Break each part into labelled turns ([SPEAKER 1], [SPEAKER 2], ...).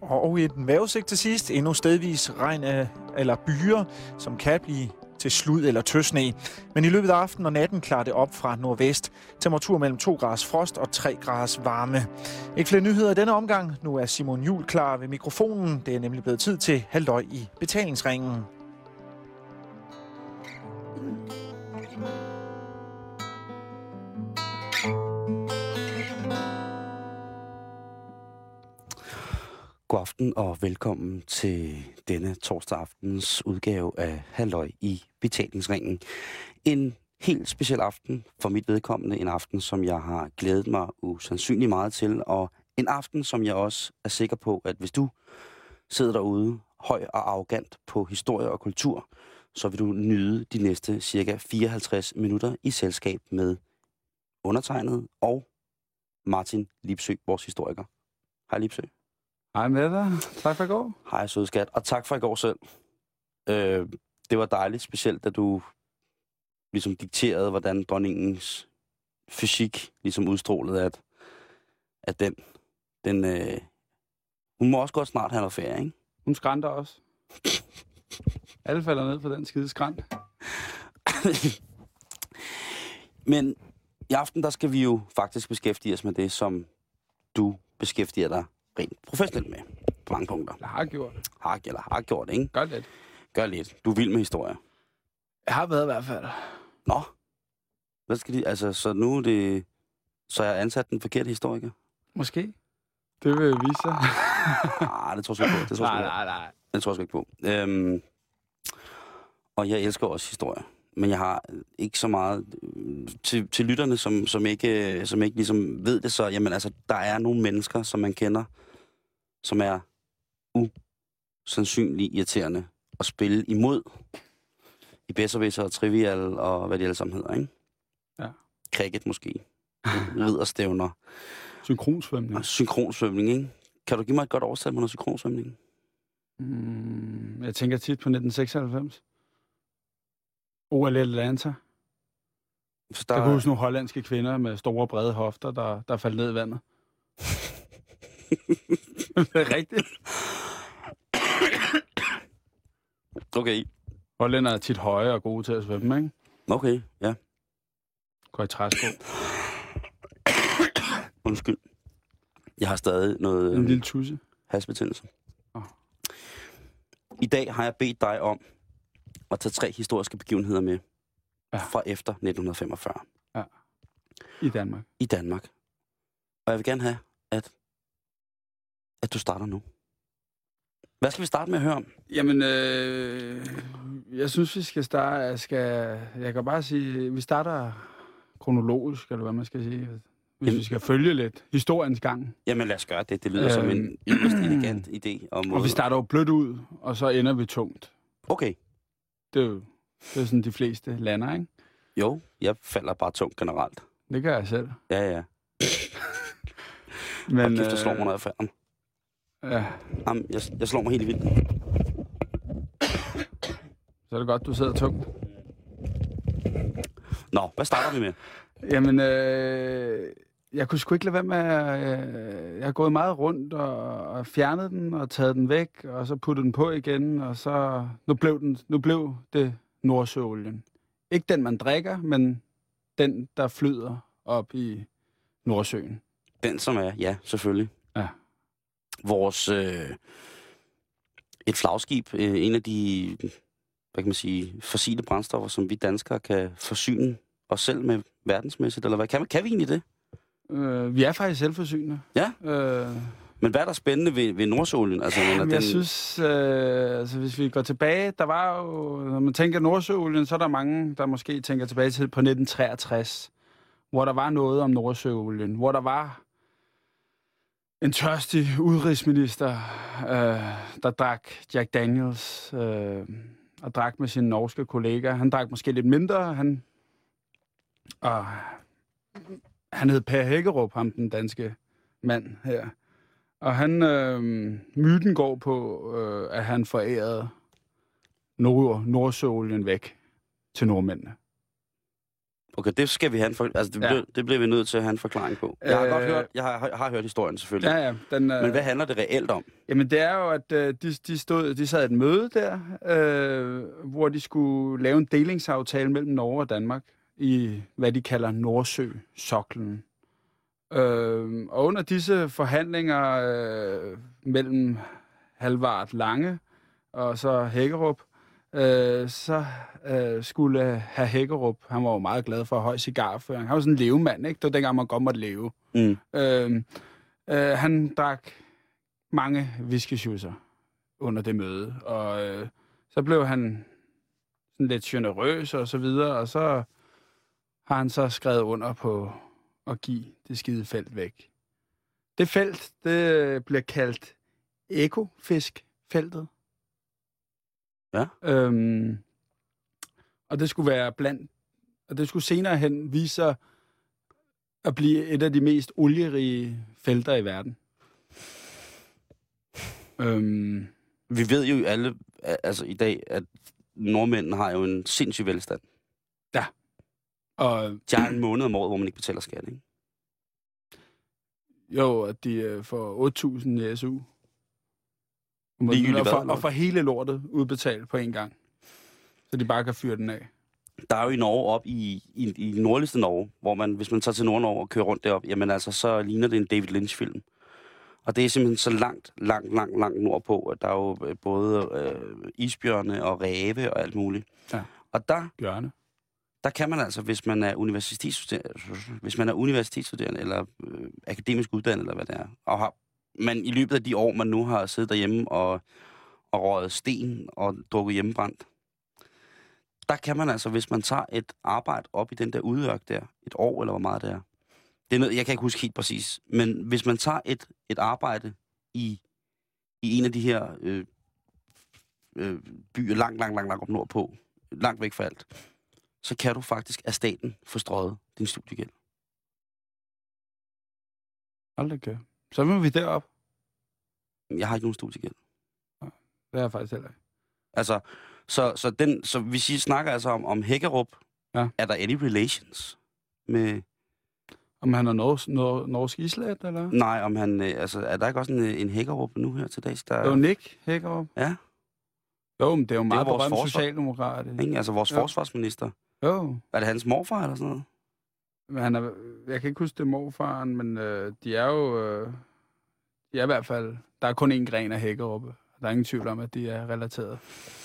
[SPEAKER 1] Og en vejrudsigt til sidst. Endnu stedvis regn af, eller byer, som kan blive til slud eller tøsne. Men i løbet af aftenen og natten klarer det op fra nordvest. Temperatur mellem 2 graders frost og 3 graders varme. Ikke flere nyheder i denne omgang. Nu er Simon Jul klar ved mikrofonen. Det er nemlig blevet tid til halvøj i betalingsringen.
[SPEAKER 2] God aften og velkommen til denne torsdag aftens udgave af Halløj i Betalingsringen. En helt speciel aften for mit vedkommende. En aften, som jeg har glædet mig usandsynlig meget til. Og en aften, som jeg også er sikker på, at hvis du sidder derude høj og arrogant på historie og kultur, så vil du nyde de næste cirka 54 minutter i selskab med undertegnet og Martin Lipsø, vores historiker. Hej Lipsø.
[SPEAKER 3] Hej med dig. Tak for i går.
[SPEAKER 2] Hej, søde skat. Og tak for i går selv. Øh, det var dejligt, specielt da du ligesom dikterede, hvordan dronningens fysik ligesom udstrålede, at, at den, den øh, hun må også godt snart have noget ferie, ikke?
[SPEAKER 3] Hun skrænter også. Alle falder ned på den skide skrænt.
[SPEAKER 2] Men i aften, der skal vi jo faktisk beskæftige os med det, som du beskæftiger dig rent professionelt med på mange punkter.
[SPEAKER 3] Eller har gjort.
[SPEAKER 2] Har, eller har gjort, ikke?
[SPEAKER 3] Gør lidt.
[SPEAKER 2] Gør lidt. Du er vild med historier.
[SPEAKER 3] Jeg har været i hvert fald.
[SPEAKER 2] Nå. Hvad skal de... Altså, så nu er det... Så jeg har ansat den forkerte historiker?
[SPEAKER 3] Måske. Det vil vise sig.
[SPEAKER 2] Nej, Ah, det tror jeg sgu ikke på. Det tror jeg sgu
[SPEAKER 3] nej,
[SPEAKER 2] ikke på.
[SPEAKER 3] nej, nej.
[SPEAKER 2] Det tror jeg sgu ikke på. Øhm, og jeg elsker også historier. Men jeg har ikke så meget øh, til, til lytterne, som, som, ikke, øh, som ikke ligesom ved det, så jamen, altså, der er nogle mennesker, som man kender, som er usandsynligt irriterende at spille imod i Besserwisser og Trivial og hvad de alle sammen hedder, ikke?
[SPEAKER 3] Ja.
[SPEAKER 2] Cricket måske. Ridderstævner.
[SPEAKER 3] Synkronsvømning.
[SPEAKER 2] Og synkronsvømning, ikke? Kan du give mig et godt oversæt på noget synkronsvømning?
[SPEAKER 3] Mm, jeg tænker tit på 1996. OL Atlanta.
[SPEAKER 2] Så
[SPEAKER 3] Der... Jeg kan huske nogle hollandske kvinder med store brede hofter, der, der faldt ned i vandet. det er rigtigt.
[SPEAKER 2] Okay.
[SPEAKER 3] Hollænder er tit høje og gode til at svømme, ikke?
[SPEAKER 2] Okay, ja.
[SPEAKER 3] Går i træsko.
[SPEAKER 2] Undskyld. Jeg har stadig noget
[SPEAKER 3] En
[SPEAKER 2] øhm,
[SPEAKER 3] lille tusse.
[SPEAKER 2] halsbetændelse.
[SPEAKER 3] Åh.
[SPEAKER 2] I dag har jeg bedt dig om at tage tre historiske begivenheder med
[SPEAKER 3] Ja.
[SPEAKER 2] fra efter 1945
[SPEAKER 3] I Danmark.
[SPEAKER 2] i Danmark. Og jeg vil gerne have, at, at du starter nu. Hvad skal vi starte med at høre om?
[SPEAKER 3] Jamen, øh, jeg synes, vi skal starte... Jeg, skal, jeg kan bare sige, vi starter kronologisk, eller hvad man skal sige. Hvis
[SPEAKER 2] Jamen-
[SPEAKER 3] vi skal følge lidt historiens gang.
[SPEAKER 2] Jamen lad os gøre det. Det lyder som en
[SPEAKER 3] Øhm.
[SPEAKER 2] yderst elegant idé. Om
[SPEAKER 3] Og vi starter jo blødt ud, og så ender vi tungt.
[SPEAKER 2] Okay.
[SPEAKER 3] Det er jo det er sådan, de fleste lander, ikke?
[SPEAKER 2] Jo, jeg falder bare tungt generelt.
[SPEAKER 3] Det gør jeg selv.
[SPEAKER 2] Ja, ja.
[SPEAKER 3] Men,
[SPEAKER 2] Men, og kæft, jeg
[SPEAKER 3] øh,
[SPEAKER 2] slår mig, når jeg falder.
[SPEAKER 3] ja,
[SPEAKER 2] Jamen, jeg, jeg slår mig helt vildt.
[SPEAKER 3] så er det godt, du sidder tungt.
[SPEAKER 2] Nå, hvad starter vi med?
[SPEAKER 3] Jamen, øh, jeg kunne sgu ikke lade være med at... Øh, jeg har gået meget rundt og, og fjernet den og taget den væk, og så puttet den på igen, og så... Nu blev, den, nu blev det Nordsøolien. Ikke den, man drikker, men den, der flyder op i Nordsøen.
[SPEAKER 2] Den, som er, ja, selvfølgelig.
[SPEAKER 3] Ja.
[SPEAKER 2] Vores, øh, et flagskib, øh, en af de, hvad kan man sige, fossile brændstoffer, som vi danskere kan forsyne os selv med verdensmæssigt, eller hvad? Kan, man- kan vi egentlig det?
[SPEAKER 3] Øh, vi er faktisk selvforsynende.
[SPEAKER 2] Ja.
[SPEAKER 3] Øh,
[SPEAKER 2] Men hvad er der spændende ved, ved Nordsøolien? Altså, man,
[SPEAKER 3] Jamen, jeg synes, øh, altså, hvis vi går tilbage, der var jo, når man tænker Nordsøolien, så er der mange, der måske tænker tilbage til på 1963, hvor der var noget om Nordsøolien, hvor der var en tørstig udenrigsminister, øh, der drak Jack Daniels, øh, og drak med sine norske kollegaer. Han drak måske lidt mindre, han, og han hed Per Hækkerup, ham den danske mand her. Og han, øh, myten går på, øh, at han forærede nord, Nordsøolien væk til nordmændene.
[SPEAKER 2] Okay, det skal vi have en for... altså, det,
[SPEAKER 3] Ja.
[SPEAKER 2] bliver, det bliver vi nødt til at have en forklaring på. Jeg har godt
[SPEAKER 3] Øh.
[SPEAKER 2] hørt, jeg har, jeg har hørt historien selvfølgelig.
[SPEAKER 3] Ja, ja. Den, øh,
[SPEAKER 2] Men hvad handler det reelt om?
[SPEAKER 3] Jamen det er jo, at øh, de, de, stod, de sad i et møde der, øh, hvor de skulle lave en delingsaftale mellem Norge og Danmark i, hvad de kalder Nordsø-soklen. Øh, og under disse forhandlinger øh, mellem Halvard Lange og så Hækkerup, øh, så øh, skulle herr Hækkerup, han var jo meget glad for høj cigarføring, han var sådan en levemand, ikke? Det var dengang, man godt måtte leve.
[SPEAKER 2] Mm.
[SPEAKER 3] Øh, øh, han drak mange whiskysjusser under det møde, og øh, så blev han sådan lidt generøs og så videre, og så har han så skrevet under på at give det skide felt væk. Det felt, det bliver kaldt ekofiskfeltet.
[SPEAKER 2] Ja.
[SPEAKER 3] Øhm, og det skulle være blandt, og det skulle senere hen vise sig at blive et af de mest olierige felter i verden. Øhm,
[SPEAKER 2] Vi ved jo alle a- altså, i dag, at nordmændene har jo en sindssyg velstand.
[SPEAKER 3] og
[SPEAKER 2] De har en måned om året, hvor man ikke betaler skat, ikke?
[SPEAKER 3] jo, at de øh, får 8.000 i SU. Om
[SPEAKER 2] Ligegyldigt
[SPEAKER 3] måneden, og,
[SPEAKER 2] hvad,
[SPEAKER 3] for,
[SPEAKER 2] eller
[SPEAKER 3] og får hele lortet udbetalt på en gang. Så de bare kan fyre den af.
[SPEAKER 2] Der er jo i Norge op i, i, i nordligste Norge, hvor man, hvis man tager til Nordnorge og kører rundt derop, jamen altså, så ligner det en David Lynch-film. Og det er simpelthen så langt, langt, langt, langt nordpå, at der er jo øh, både øh, isbjørne og ræve og alt muligt.
[SPEAKER 3] Ja.
[SPEAKER 2] Og der
[SPEAKER 3] Gørne.
[SPEAKER 2] der kan man altså, hvis man er universitetsstuderende, hvis man er universitetsstuderende eller øh, akademisk uddannet, eller hvad det er, og har, man i løbet af de år, man nu har siddet derhjemme og, og røget sten og drukket hjemmebrændt, der kan man altså, hvis man tager et arbejde op i den der udørk der, et år eller hvor meget det er, det er noget, jeg kan ikke huske helt præcis, men hvis man tager et, et arbejde i, i en af de her øh, øh, byer langt, langt, langt, langt op nordpå, langt væk fra alt, så kan du faktisk af staten få strøget din studiegæld.
[SPEAKER 3] Hold da kæft. Så må vi derop.
[SPEAKER 2] Jeg har ikke nogen studiegæld.
[SPEAKER 3] Det er jeg faktisk heller ikke.
[SPEAKER 2] Altså, så, så, den, så vi siger, snakker altså om, om Hækkerup.
[SPEAKER 3] Ja.
[SPEAKER 2] Er der any relations med...
[SPEAKER 3] Om han er norsk, nor, norsk islet, eller?
[SPEAKER 2] Nej, om han... øh, Altså, er der ikke også en, øh, en Hækkerup nu her til dags, der...
[SPEAKER 3] Det er jo Nick Hækkerup.
[SPEAKER 2] Ja.
[SPEAKER 3] Jo, men det er jo meget
[SPEAKER 2] vores
[SPEAKER 3] berømt
[SPEAKER 2] forsvar-
[SPEAKER 3] socialdemokrat. ikke?
[SPEAKER 2] Ikke? Altså, vores
[SPEAKER 3] Ja.
[SPEAKER 2] ja. forsvarsminister.
[SPEAKER 3] Jo.
[SPEAKER 2] Er det hans morfar eller sådan noget?
[SPEAKER 3] Men han er, jeg kan ikke huske, det er morfaren, men øh, de er jo... Øh, de er i hvert fald... Der er kun én gren af Hækkerup. Der er ingen tvivl om, at de er relateret.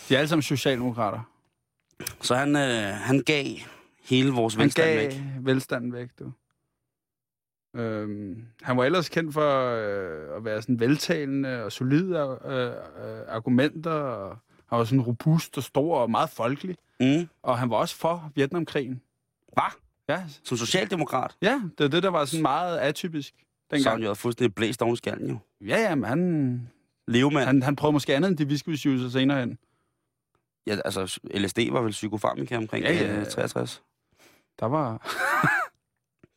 [SPEAKER 3] De er alle sammen socialdemokrater.
[SPEAKER 2] Så han, øh, han gav hele vores
[SPEAKER 3] Han
[SPEAKER 2] velstand
[SPEAKER 3] gav
[SPEAKER 2] væk.
[SPEAKER 3] velstanden væk, du. Øhm, han var ellers kendt for øh, at være sådan veltalende og solide øh, øh, argumenter. Og han var sådan robust og stor og meget folkelig.
[SPEAKER 2] Mm.
[SPEAKER 3] Og han var også for Vietnamkrigen.
[SPEAKER 2] Hvad?
[SPEAKER 3] Ja,
[SPEAKER 2] Som socialdemokrat?
[SPEAKER 3] ja det var det, der var sådan meget atypisk
[SPEAKER 2] Dengang. Så er han
[SPEAKER 3] dengang.
[SPEAKER 2] jo havde fuldstændig blæst oven i skallen jo.
[SPEAKER 3] Ja, ja, men han,
[SPEAKER 2] Levemand. Han...
[SPEAKER 3] Han, han prøvede måske andet end de whiskysjuicer senere hen.
[SPEAKER 2] Ja, altså, LSD var vel psykofarmika omkring øh,
[SPEAKER 3] Ja,
[SPEAKER 2] ja,
[SPEAKER 3] ja.
[SPEAKER 2] ja. 63?
[SPEAKER 3] Der var...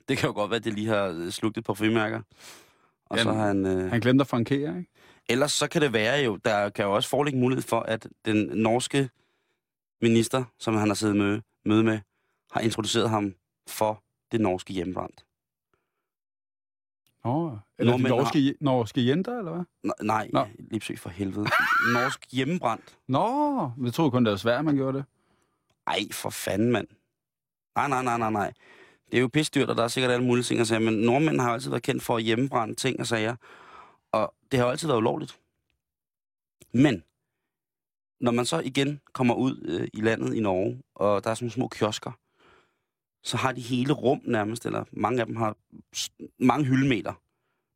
[SPEAKER 2] Det kan jo godt være, at det lige har øh, slugt et par frimærker. Og
[SPEAKER 3] Jamen,
[SPEAKER 2] så har han, øh...
[SPEAKER 3] Han glemte at frankere, ikke?
[SPEAKER 2] Ellers så kan det være jo, der kan jo også foreligge mulighed for, at den norske minister, som han har siddet møde, møde med, har introduceret ham for det norske hjemmebrændt.
[SPEAKER 3] Nå, eller de
[SPEAKER 2] Nordmænd
[SPEAKER 3] norske, norske jenter, eller hvad?
[SPEAKER 2] N- nej,
[SPEAKER 3] Nå.
[SPEAKER 2] Nå. Lipsø for helvede. Norsk hjemmebrændt.
[SPEAKER 3] Nå, vi troede kun, det var svært, man gjorde det.
[SPEAKER 2] Ej, for fanden, mand. Nej, nej, nej, nej, nej. Det er jo pisdyrt, og der er sikkert alle mulige ting at sige, men nordmænd har jo altid været kendt for at hjemmebrænde ting og sager, og det har jo altid været ulovligt. Men, når man så igen kommer ud øh, i landet i Norge, og der er sådan nogle små kiosker, så har de hele rum nærmest, eller mange af dem har s- mange hyldemeter,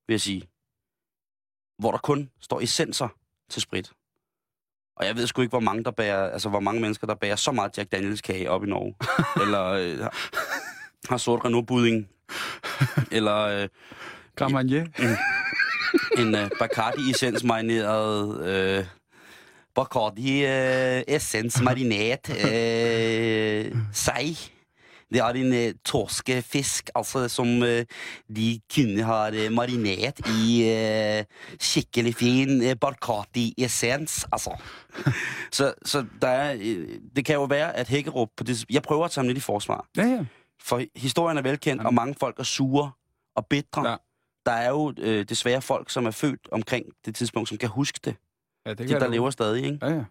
[SPEAKER 2] vil jeg sige, hvor der kun står essenser til sprit. Og jeg ved sgu ikke, hvor mange, der bærer, altså, hvor mange mennesker, der bærer så meget Jack Daniels kage op i Norge. eller øh, har- har sort Renault budding. eller øh,
[SPEAKER 3] Gramanier.
[SPEAKER 2] en øh, Bacardi essens marineret... Øh, Bacardi øh, essens marineret øh, sej. Det er en øh, torskefisk, altså, som øh, de kunne ha øh, marineret i øh, skikkelig fin øh, Bacardi essens, altså. Så, så der er, øh, det kan jo være, at Hækkerup på det... Jeg prøver at tage ham lidt i forsvar.
[SPEAKER 3] Ja, ja.
[SPEAKER 2] For historien er velkendt,
[SPEAKER 3] Jamen.
[SPEAKER 2] og mange folk er sure og bitre.
[SPEAKER 3] Mm. Ja.
[SPEAKER 2] Der er jo øh, desværre folk, som er født omkring det tidspunkt, som kan huske det.
[SPEAKER 3] Ja, det
[SPEAKER 2] det
[SPEAKER 3] kan
[SPEAKER 2] de, der
[SPEAKER 3] du-
[SPEAKER 2] lever stadig, ikke?
[SPEAKER 3] Ja,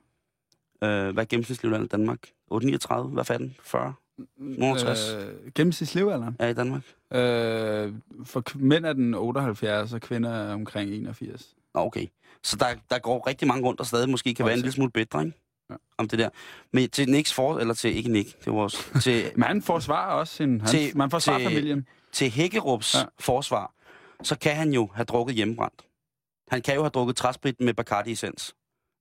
[SPEAKER 3] ja.
[SPEAKER 2] Øh, hvad er gennemsnitslevealderen i Danmark? 8, 39? Hvad fanden? 40? Nogentres.
[SPEAKER 3] Øh, gennemsnitslevealderen.
[SPEAKER 2] Ja, i Danmark.
[SPEAKER 3] Øh, for kv- mænd er den 78, og kvinder er omkring 81.
[SPEAKER 2] Nå, okay. Så der, der går rigtig mange rundt, der stadig måske kan være en
[SPEAKER 3] Altså.
[SPEAKER 2] lille smule bedre, ikke?
[SPEAKER 3] Ja.
[SPEAKER 2] Om det der. Men til Nicks for... Eller til... Ikke Nick. Det var også... Til,
[SPEAKER 3] Men han forsvarer også sin... Han,
[SPEAKER 2] Til-
[SPEAKER 3] man forsvarer
[SPEAKER 2] til-
[SPEAKER 3] familien.
[SPEAKER 2] til Hækkerups ja.
[SPEAKER 3] Ja.
[SPEAKER 2] forsvar, så kan han jo have drukket hjemmebrændt. Han kan jo have drukket træsprit med Bacardi-essens.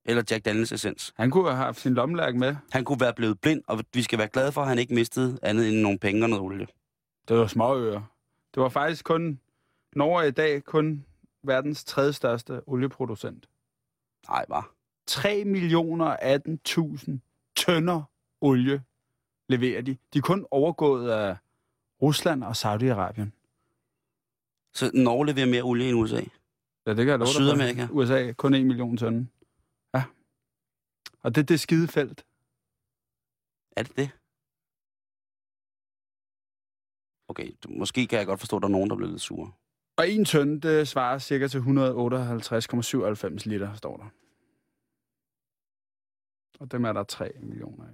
[SPEAKER 2] Eller Jack Daniels essens.
[SPEAKER 3] Han kunne have haft sin lommelærke med.
[SPEAKER 2] Han kunne være blevet blind, og vi skal være glade for, at han ikke mistede andet end nogle penge og noget olie.
[SPEAKER 3] Det var småøer. Det var faktisk kun... Norge er i dag kun verdens tredje største olieproducent.
[SPEAKER 2] Nej, bare.
[SPEAKER 3] 3 millioner 18.000 tønder olie leverer de. De er kun overgået af Rusland og Saudi-Arabien.
[SPEAKER 2] Så Norge leverer mere olie end USA.
[SPEAKER 3] Ja, det kan jeg love
[SPEAKER 2] Og
[SPEAKER 3] dig for.
[SPEAKER 2] Sydamerika.
[SPEAKER 3] USA, kun 1 million tønde. Ja. Og det, det er skidefelt.
[SPEAKER 2] Er det det? Okay, du- måske kan jeg godt forstå, at der er nogen, der bliver lidt sure.
[SPEAKER 3] Og en tønde, det svarer cirka til 158,97 liter, står der. Og dem er der 3 millioner af.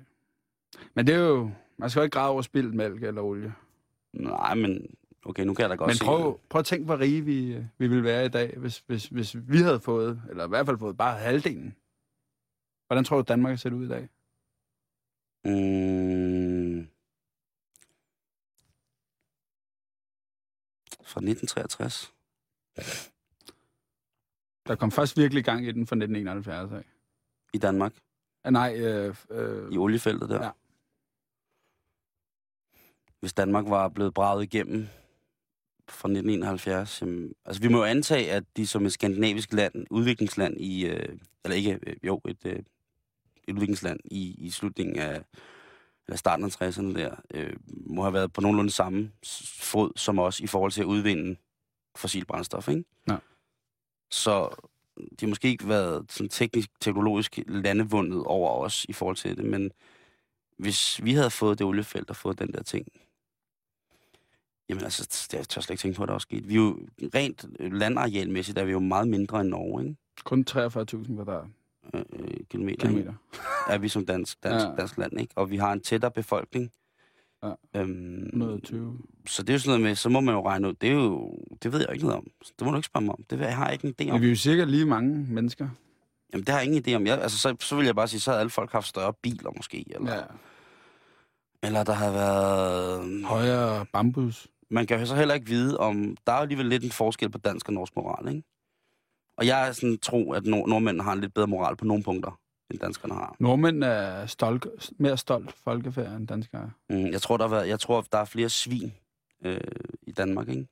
[SPEAKER 3] Men det er jo... Man skal jo ikke græde over spildt mælk eller olie.
[SPEAKER 2] Nej, men okay, nu kan jeg da godt
[SPEAKER 3] Men
[SPEAKER 2] se
[SPEAKER 3] prøv, prøv at tænke, hvor rige vi, øh, vi ville være i dag, hvis, hvis, hvis vi havde fået, eller i hvert fald fået bare halvdelen. Hvordan tror du, Danmark er set ud i dag?
[SPEAKER 2] det. Mm. Fra 1963.
[SPEAKER 3] Der kom først virkelig gang i den fra 1971 af.
[SPEAKER 2] I Danmark.
[SPEAKER 3] Ah, nej, øh, øh,
[SPEAKER 2] I oliefeltet der.
[SPEAKER 3] Ja.
[SPEAKER 2] Hvis Danmark var blevet braget igennem fra 1971, jamen, altså vi må jo antage, at de som et skandinavisk land, udviklingsland i, øh, eller ikke, øh, jo, et, øh, et udviklingsland i, i slutningen af, eller starten af 60'erne der, øh, må have været på nogenlunde samme s- fod som os i forhold til at udvinde fossil brændstof, ikke?
[SPEAKER 3] Ja.
[SPEAKER 2] Så de har måske ikke været sådan teknisk, teknologisk landevundet over os i forhold til det, men hvis vi havde fået det oliefelt og fået den der ting, jamen altså, det jeg tør slet ikke tænke på, at der også sket. Vi er jo rent øh, landarealmæssigt, er vi jo meget mindre end Norge, ikke?
[SPEAKER 3] kun 43.000 kvadrat.
[SPEAKER 2] Øh, øh, kilometer, ikke?
[SPEAKER 3] kilometer.
[SPEAKER 2] er vi som dansk, dansk, ja.
[SPEAKER 3] Ja.
[SPEAKER 2] dansk land, ikke? Og vi har en tættere befolkning.
[SPEAKER 3] Ja.
[SPEAKER 2] Øhm,
[SPEAKER 3] 120.
[SPEAKER 2] så det er jo sådan noget med, så må man jo regne ud, det er jo, det ved jeg jo ikke noget om. Det må du ikke spørge mig om. Det ved- jeg har jeg ikke en idé
[SPEAKER 3] Ja.
[SPEAKER 2] om.
[SPEAKER 3] Vi er jo cirka lige mange mennesker.
[SPEAKER 2] Jamen, det har jeg ingen idé om. Jeg, altså, så, så vil jeg bare sige, så havde alle folk haft større biler måske, eller, ja.
[SPEAKER 3] Ja.
[SPEAKER 2] eller der har været...
[SPEAKER 3] Højere bambus.
[SPEAKER 2] Man kan jo så heller ikke vide om... Der er jo alligevel lidt en forskel på dansk og norsk moral, ikke? Og jeg er sådan tro, at nord- nordmændene har en lidt bedre moral på nogle punkter, end danskerne har.
[SPEAKER 3] Nordmænd er stolt, mere stolt folkefærd end danskere.
[SPEAKER 2] Mm, jeg, tror, der har været, jeg tror, der er flere svin øh, i Danmark, ikke?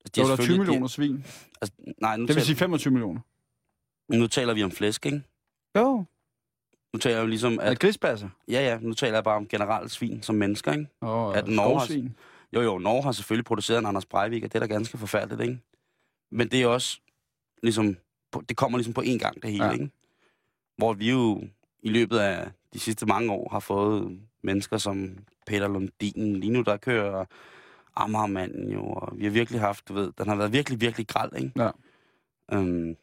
[SPEAKER 2] Altså,
[SPEAKER 3] Det var der 20
[SPEAKER 2] selvfølgelig- de-
[SPEAKER 3] millioner svin.
[SPEAKER 2] Altså, nej, nu,
[SPEAKER 3] Det vil sige
[SPEAKER 2] taler,
[SPEAKER 3] 25 millioner.
[SPEAKER 2] nu taler vi om flæsk, ikke?
[SPEAKER 3] Jo,
[SPEAKER 2] Nu taler jeg jo ligesom...
[SPEAKER 3] at
[SPEAKER 2] At,
[SPEAKER 3] grisbasser.
[SPEAKER 2] ja, ja, nu taler jeg bare om generelt svin som mennesker, ikke?
[SPEAKER 3] Og
[SPEAKER 2] At Norge har-
[SPEAKER 3] skovsvin.
[SPEAKER 2] Jo, jo, Norge har selvfølgelig produceret en Anders Breivik, og det er da ganske forfærdeligt, ikke? Men det er også ligesom... på- Det kommer ligesom på én gang, det hele, ja.
[SPEAKER 3] Ja.
[SPEAKER 2] ikke? Hvor vi jo i løbet af de sidste mange år har fået mennesker som Peter Lundin. Lige nu, der kører Amagermanden jo, og vi har virkelig haft, du ved, den har været virkelig, virkelig græld, ikke?
[SPEAKER 3] Ja.
[SPEAKER 2] Øhm,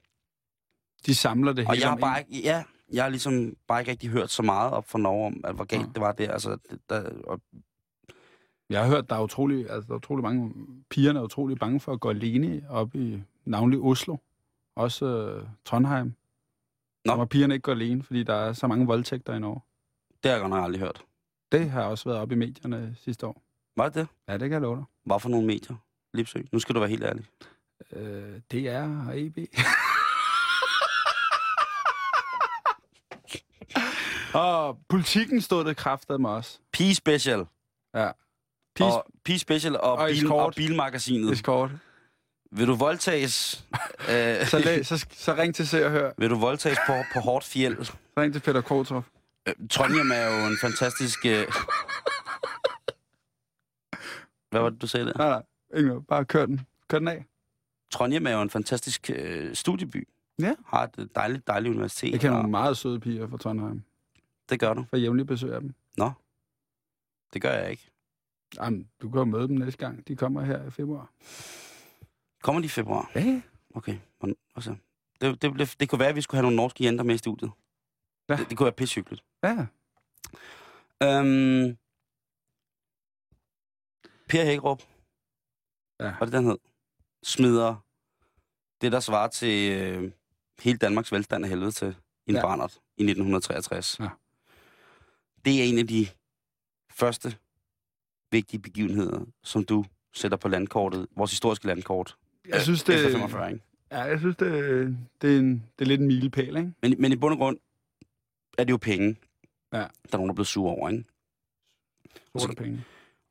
[SPEAKER 3] De samler det hele
[SPEAKER 2] og jeg har
[SPEAKER 3] om
[SPEAKER 2] bare ikke, ja, jeg har ligesom bare ikke rigtig hørt så meget op fra Norge om, at hvor galt
[SPEAKER 3] Nej.
[SPEAKER 2] det var der. Altså, det, der og,
[SPEAKER 3] Jeg har hørt, der er utrolig, altså, der er utrolig mange, pigerne er utrolig bange for at gå alene op i navnlig Oslo. Også øh, Trondheim.
[SPEAKER 2] Nå.
[SPEAKER 3] Nå. Hvor pigerne ikke går alene, fordi der er så mange voldtægter i Norge.
[SPEAKER 2] det har jeg godt nok aldrig hørt.
[SPEAKER 3] Det har også været op i medierne sidste år.
[SPEAKER 2] Var det det?
[SPEAKER 3] Ja, det kan jeg love dig.
[SPEAKER 2] Hvad for nogle medier? Lipsø. Nu skal du være helt ærlig.
[SPEAKER 3] Øh, DR
[SPEAKER 2] E
[SPEAKER 3] og EB. og politikken stod det kraftet med os.
[SPEAKER 2] Pige Special.
[SPEAKER 3] Peace,
[SPEAKER 2] Og, Pige Special og, og,
[SPEAKER 3] og
[SPEAKER 2] bil,
[SPEAKER 3] Escort.
[SPEAKER 2] og Bilmagasinet.
[SPEAKER 3] escort.
[SPEAKER 2] Vil du voldtages... øh,
[SPEAKER 3] Så, læ- så, så ring til Se og Hør.
[SPEAKER 2] vil du voldtages på, på hårdt fjeld?
[SPEAKER 3] Så ring til Peter Kortrup.
[SPEAKER 2] Øh, Trondheim er jo en fantastisk... Øh... Hvad var det, du sagde der?
[SPEAKER 3] Nej, nej. Ikke noget. Bare kør den. Kør den af.
[SPEAKER 2] Trondheim er jo en fantastisk øh, studieby.
[SPEAKER 3] Ja.
[SPEAKER 2] Har et dejligt, dejligt universitet.
[SPEAKER 3] Jeg kender
[SPEAKER 2] og-
[SPEAKER 3] nogle meget søde piger fra Trondheim.
[SPEAKER 2] Det gør du.
[SPEAKER 3] For jævnligt besøg af dem.
[SPEAKER 2] Det gør jeg ikke.
[SPEAKER 3] Jamen, du kan jo møde dem næste gang. De kommer her i februar.
[SPEAKER 2] Kommer de i februar?
[SPEAKER 3] Ja.
[SPEAKER 2] Okay. Hvordan- Og så. Det, det, det, det kunne være, at vi skulle have nogle norske jenter med i studiet.
[SPEAKER 3] Ja.
[SPEAKER 2] Det, det kunne være pissehyggeligt.
[SPEAKER 3] Ja.
[SPEAKER 2] Øhm, per Hækkerup,
[SPEAKER 3] Ja.
[SPEAKER 2] var det den hed, smider det, der svarer til øh, hele Danmarks velstand af helvede til i en
[SPEAKER 3] Ja.
[SPEAKER 2] ja. brændert i 1963.
[SPEAKER 3] Ja.
[SPEAKER 2] Det er en af de første vigtige begivenheder, som du sætter på landkortet, vores historiske landkort, Øh,
[SPEAKER 3] Jeg synes, det,
[SPEAKER 2] efter 45. Ikke?
[SPEAKER 3] ja, jeg synes, det, det, er, en, det er lidt en milepæl, ikke?
[SPEAKER 2] Men, men i bund og grund er det jo penge,
[SPEAKER 3] Ja.
[SPEAKER 2] der er nogen, der er blevet sure over. Ikke?
[SPEAKER 3] Sorte penge.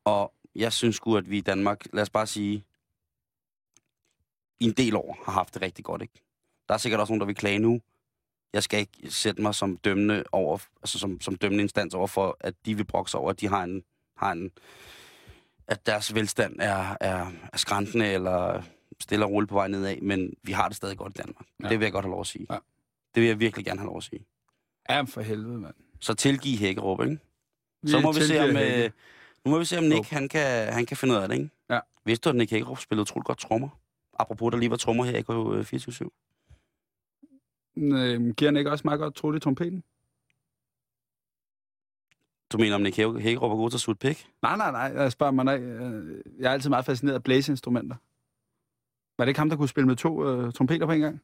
[SPEAKER 2] Og jeg synes sgu, at vi i Danmark, lad os bare sige, i en del år har haft det rigtig godt, ikke? Der er sikkert også nogen, der vil klage nu. Jeg skal ikke sætte mig som dømmende, over, altså som, som dømmende instans over for, at de vil brokse over, at de har en, har en at deres velstand er, er, er skræntende eller stille og roligt på vej nedad, men vi har det stadig godt i Danmark.
[SPEAKER 3] Ja.
[SPEAKER 2] Ja. Det vil jeg godt have lov at sige.
[SPEAKER 3] Ja.
[SPEAKER 2] Det vil jeg virkelig gerne have lov at sige.
[SPEAKER 3] Ja, for helvede, mand.
[SPEAKER 2] Så tilgiv Hækkerup, ikke?
[SPEAKER 3] Vi
[SPEAKER 2] Så må vi se,
[SPEAKER 3] tilgiver
[SPEAKER 2] om,
[SPEAKER 3] Hække.
[SPEAKER 2] øh, nu må vi se, om Nick,
[SPEAKER 3] Håb.
[SPEAKER 2] han kan, han kan finde ud af det, ikke?
[SPEAKER 3] Ja.
[SPEAKER 2] Vidste du, at Nick Hagerup spillede utroligt godt trommer? Apropos, der lige var trommer her i K24-7.
[SPEAKER 3] Øh, giver han ikke også meget godt troligt trompeten?
[SPEAKER 2] Du mener, om Nick Hage- Hagerup er god til at sutte pik?
[SPEAKER 3] Nej, nej, nej. Jeg spørger mig, nej. øh, Jeg er altid meget fascineret af blæseinstrumenter. Var det ikke ham, der kunne spille med to øh, trompeter på en gang?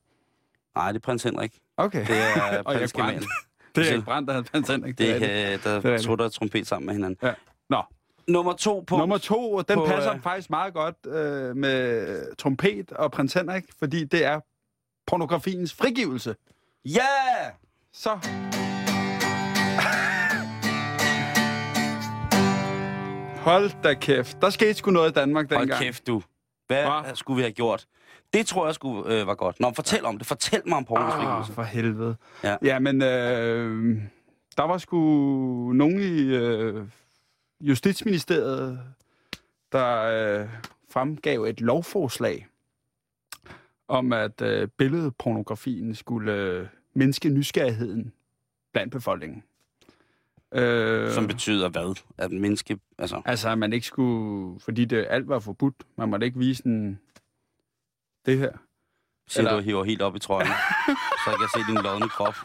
[SPEAKER 2] Nej, det er prins Henrik.
[SPEAKER 3] Okay.
[SPEAKER 2] Det er
[SPEAKER 3] Og Erik
[SPEAKER 2] prins Kamal.
[SPEAKER 3] Brandt. Det er ikke brændt, der havde Prins Henrik.
[SPEAKER 2] Det
[SPEAKER 3] Det er rigtigt.
[SPEAKER 2] er, øh,
[SPEAKER 3] Det er
[SPEAKER 2] der
[SPEAKER 3] rigtigt.
[SPEAKER 2] trutter og trompet sammen med hinanden.
[SPEAKER 3] Ja. Nå.
[SPEAKER 2] Nummer to på...
[SPEAKER 3] Nummer to, og den
[SPEAKER 2] på,
[SPEAKER 3] på, passer
[SPEAKER 2] øh,
[SPEAKER 3] faktisk meget godt øh, med trompet og prins Henrik, fordi det er pornografiens frigivelse.
[SPEAKER 2] Ja!
[SPEAKER 3] Så. Hold da kæft. Der skete sgu noget i Danmark dengang.
[SPEAKER 2] Hold kæft, du. Hvad
[SPEAKER 3] Hva?
[SPEAKER 2] skulle vi have gjort? Det tror jeg skulle øh, var godt. Nå, fortæl om det. Fortæl mig om pornos
[SPEAKER 3] Ah,
[SPEAKER 2] frigivelse.
[SPEAKER 3] for helvede.
[SPEAKER 2] altså. Ja.
[SPEAKER 3] men øh, der var sgu nogen i øh, Justitsministeriet, der øh, fremgav et lovforslag om, at øh, billedpornografien skulle øh, mindske nysgerrigheden blandt befolkningen. Øh,
[SPEAKER 2] Som betyder hvad? At menneske... Altså,
[SPEAKER 3] Altså, at man ikke skulle... Fordi det alt var forbudt. Man måtte ikke vise en, det her.
[SPEAKER 2] siger
[SPEAKER 3] Eller-
[SPEAKER 2] du og hiver helt op i trøjen, så jeg kan se din lodne krop.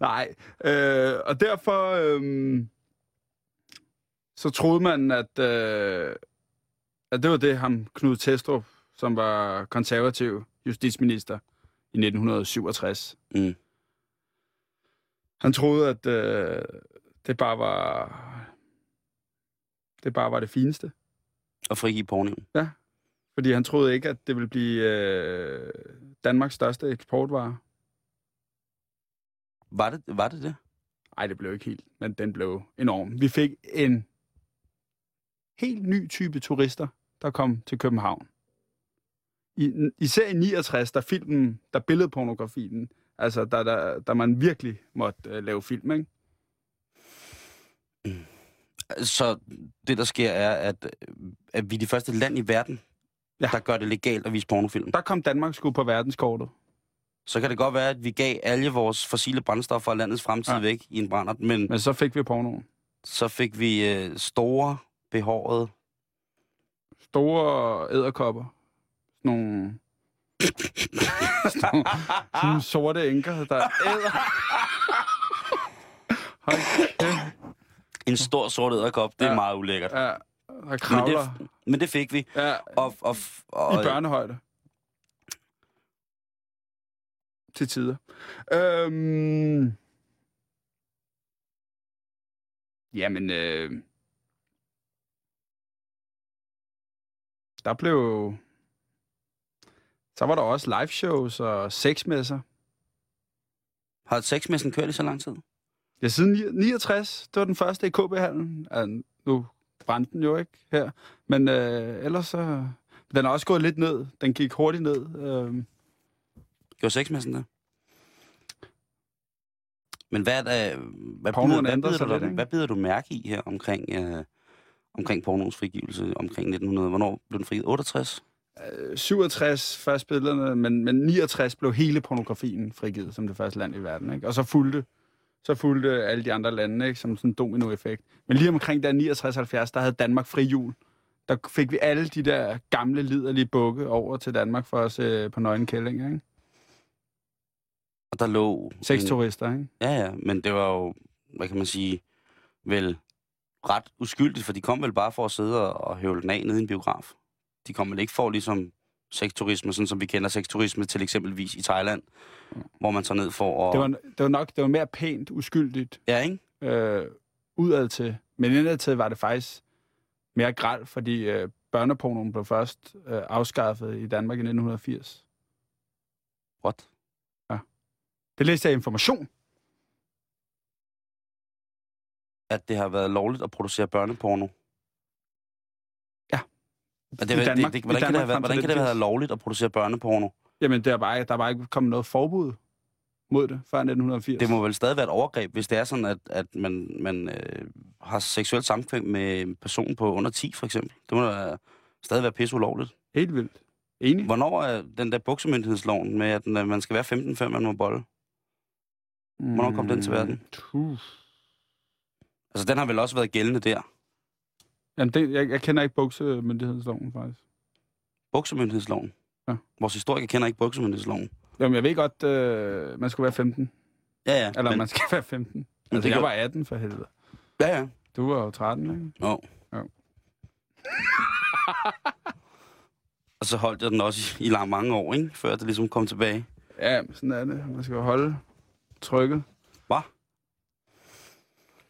[SPEAKER 3] Nej, øh, og derfor øh, så troede man, at, øh, at det var det, ham Knud Testrup, som var konservativ justitsminister i 1967.
[SPEAKER 2] Mm.
[SPEAKER 3] Han troede, at øh, det bare var det bare var det fineste.
[SPEAKER 2] Og frigive porno.
[SPEAKER 3] Fordi han troede ikke, at det ville blive øh, Danmarks største eksportvare.
[SPEAKER 2] Var det, var det det?
[SPEAKER 3] Nej, det blev ikke helt, men den blev enorm. Vi fik en helt ny type turister, der kom til København. I, især i 69, der filmen, der billedpornografien, altså der, der, der man virkelig måtte uh, lave film, ikke?
[SPEAKER 2] Så det, der sker, er, at, øh, at vi er de første land i verden,
[SPEAKER 3] Ja.
[SPEAKER 2] ja. der gør det legalt at vise pornofilm.
[SPEAKER 3] Der kom Danmark sgu på verdenskortet.
[SPEAKER 2] Så kan det godt være, at vi gav alle vores fossile brændstoffer og landets fremtid
[SPEAKER 3] Ja.
[SPEAKER 2] ja. væk i en brændert, men
[SPEAKER 3] Men så fik vi pornoen.
[SPEAKER 2] så fik vi øh, store behårede...
[SPEAKER 3] Store æderkopper. Nogle... sådan nogle- sådan nogle sorte enker, der æder. Hold kæft.
[SPEAKER 2] En stor sort æderkop, det er
[SPEAKER 3] Ja.
[SPEAKER 2] ja. meget ulækkert.
[SPEAKER 3] Ja, der
[SPEAKER 2] Men
[SPEAKER 3] kravler.
[SPEAKER 2] det, men det fik vi.
[SPEAKER 3] Ja,
[SPEAKER 2] Og, og, og,
[SPEAKER 3] i børnehøjde. Til tider. Øhm... Jamen, øh... der blev... Så var der også live shows og sexmesser.
[SPEAKER 2] øh, Har sexmessen kørt i så lang tid?
[SPEAKER 3] Ja, siden ni- 69, det var den første i KB-hallen. Ja, nu brændte den jo ikke her. Men øh, ellers så... Den er også gået lidt ned. Den gik hurtigt ned. Øh,
[SPEAKER 2] Gjorde sexmessen det? Men hvad, er der, hvad,
[SPEAKER 3] Pornoen
[SPEAKER 2] bider, hvad,
[SPEAKER 3] ændrer
[SPEAKER 2] bider
[SPEAKER 3] sig
[SPEAKER 2] du,
[SPEAKER 3] lidt,
[SPEAKER 2] lidt,
[SPEAKER 3] ikke?
[SPEAKER 2] hvad bider du mærke i her omkring, øh, omkring pornos frigivelse omkring 1900? Hvornår blev den frigivet? 68?
[SPEAKER 3] øh, 67 først billederne, men, men 69 blev hele pornografien frigivet som det første land i verden. Ikke? Og så fulgte så fulgte alle de andre lande, ikke? som sådan en dominoeffekt. Men lige omkring der 69-70, der havde Danmark fri jul. Der fik vi alle de der gamle, liderlige bukke over til Danmark for at se på nøgen kællinger, ikke?
[SPEAKER 2] Og der lå...
[SPEAKER 3] Seks
[SPEAKER 2] en-
[SPEAKER 3] turister, ikke?
[SPEAKER 2] Ja, ja, men det var jo, hvad kan man sige, vel ret uskyldigt, for de kom vel bare for at sidde og, og høvle den af nede i en biograf. De kom vel ikke for ligesom sexturisme, sådan som vi kender sexturisme til eksempelvis i Thailand, hvor man tager ned for at...
[SPEAKER 3] Mm. Det var, det var nok det var mere pænt, uskyldigt
[SPEAKER 2] Ja, ikke?
[SPEAKER 3] øh, udad til. Men indad til var det faktisk mere græld, fordi øh, børnepornoen blev først øh, afskaffet i Danmark i 1980.
[SPEAKER 2] What?
[SPEAKER 3] Det læste jeg i information.
[SPEAKER 2] At det har været lovligt at producere børneporno.
[SPEAKER 3] Ja.
[SPEAKER 2] Men
[SPEAKER 3] I
[SPEAKER 2] det, det,
[SPEAKER 3] Danmark-
[SPEAKER 2] det,
[SPEAKER 3] i
[SPEAKER 2] det, hvordan kan det
[SPEAKER 3] Danmark
[SPEAKER 2] have
[SPEAKER 3] frem
[SPEAKER 2] været,
[SPEAKER 3] til
[SPEAKER 2] hvordan kan det
[SPEAKER 3] den
[SPEAKER 2] have været
[SPEAKER 3] tid.
[SPEAKER 2] lovligt at producere børneporno?
[SPEAKER 3] Jamen, der var, der var ikke kommet noget forbud mod det før 1980.
[SPEAKER 2] Det må vel stadig være et overgreb, hvis det er sådan, at, at man, man øh, har seksuelt samkvem med en person på under 10, for eksempel. Det må da stadig være pisse ulovligt.
[SPEAKER 3] Helt vildt. Enig.
[SPEAKER 2] Hvornår er den der buksemyndighedsloven med, at den, øh, man skal være 15, før man må bolle? hvornår kom den til verden?
[SPEAKER 3] Uh.
[SPEAKER 2] Altså, den har vel også været gældende der.
[SPEAKER 3] Jamen, det, jeg, jeg kender ikke buksemyndighedsloven, faktisk.
[SPEAKER 2] Buksemyndighedsloven.
[SPEAKER 3] Ja.
[SPEAKER 2] Vores historiker kender ikke buksemyndighedsloven.
[SPEAKER 3] Jamen, jeg ved godt, øh, man skulle være 15.
[SPEAKER 2] Ja, ja.
[SPEAKER 3] Eller
[SPEAKER 2] men,
[SPEAKER 3] man skal være 15.
[SPEAKER 2] men
[SPEAKER 3] Altså,
[SPEAKER 2] det
[SPEAKER 3] jeg
[SPEAKER 2] gør-
[SPEAKER 3] var 18, for helvede.
[SPEAKER 2] Ja, ja.
[SPEAKER 3] Du var jo 13, ikke?
[SPEAKER 2] Nå.
[SPEAKER 3] Ja.
[SPEAKER 2] Og så holdt jeg den også i, i lang mange år, ikke? Før det ligesom kom tilbage.
[SPEAKER 3] Ja, men sådan er det. Man skal jo holde trykket.
[SPEAKER 2] Hva?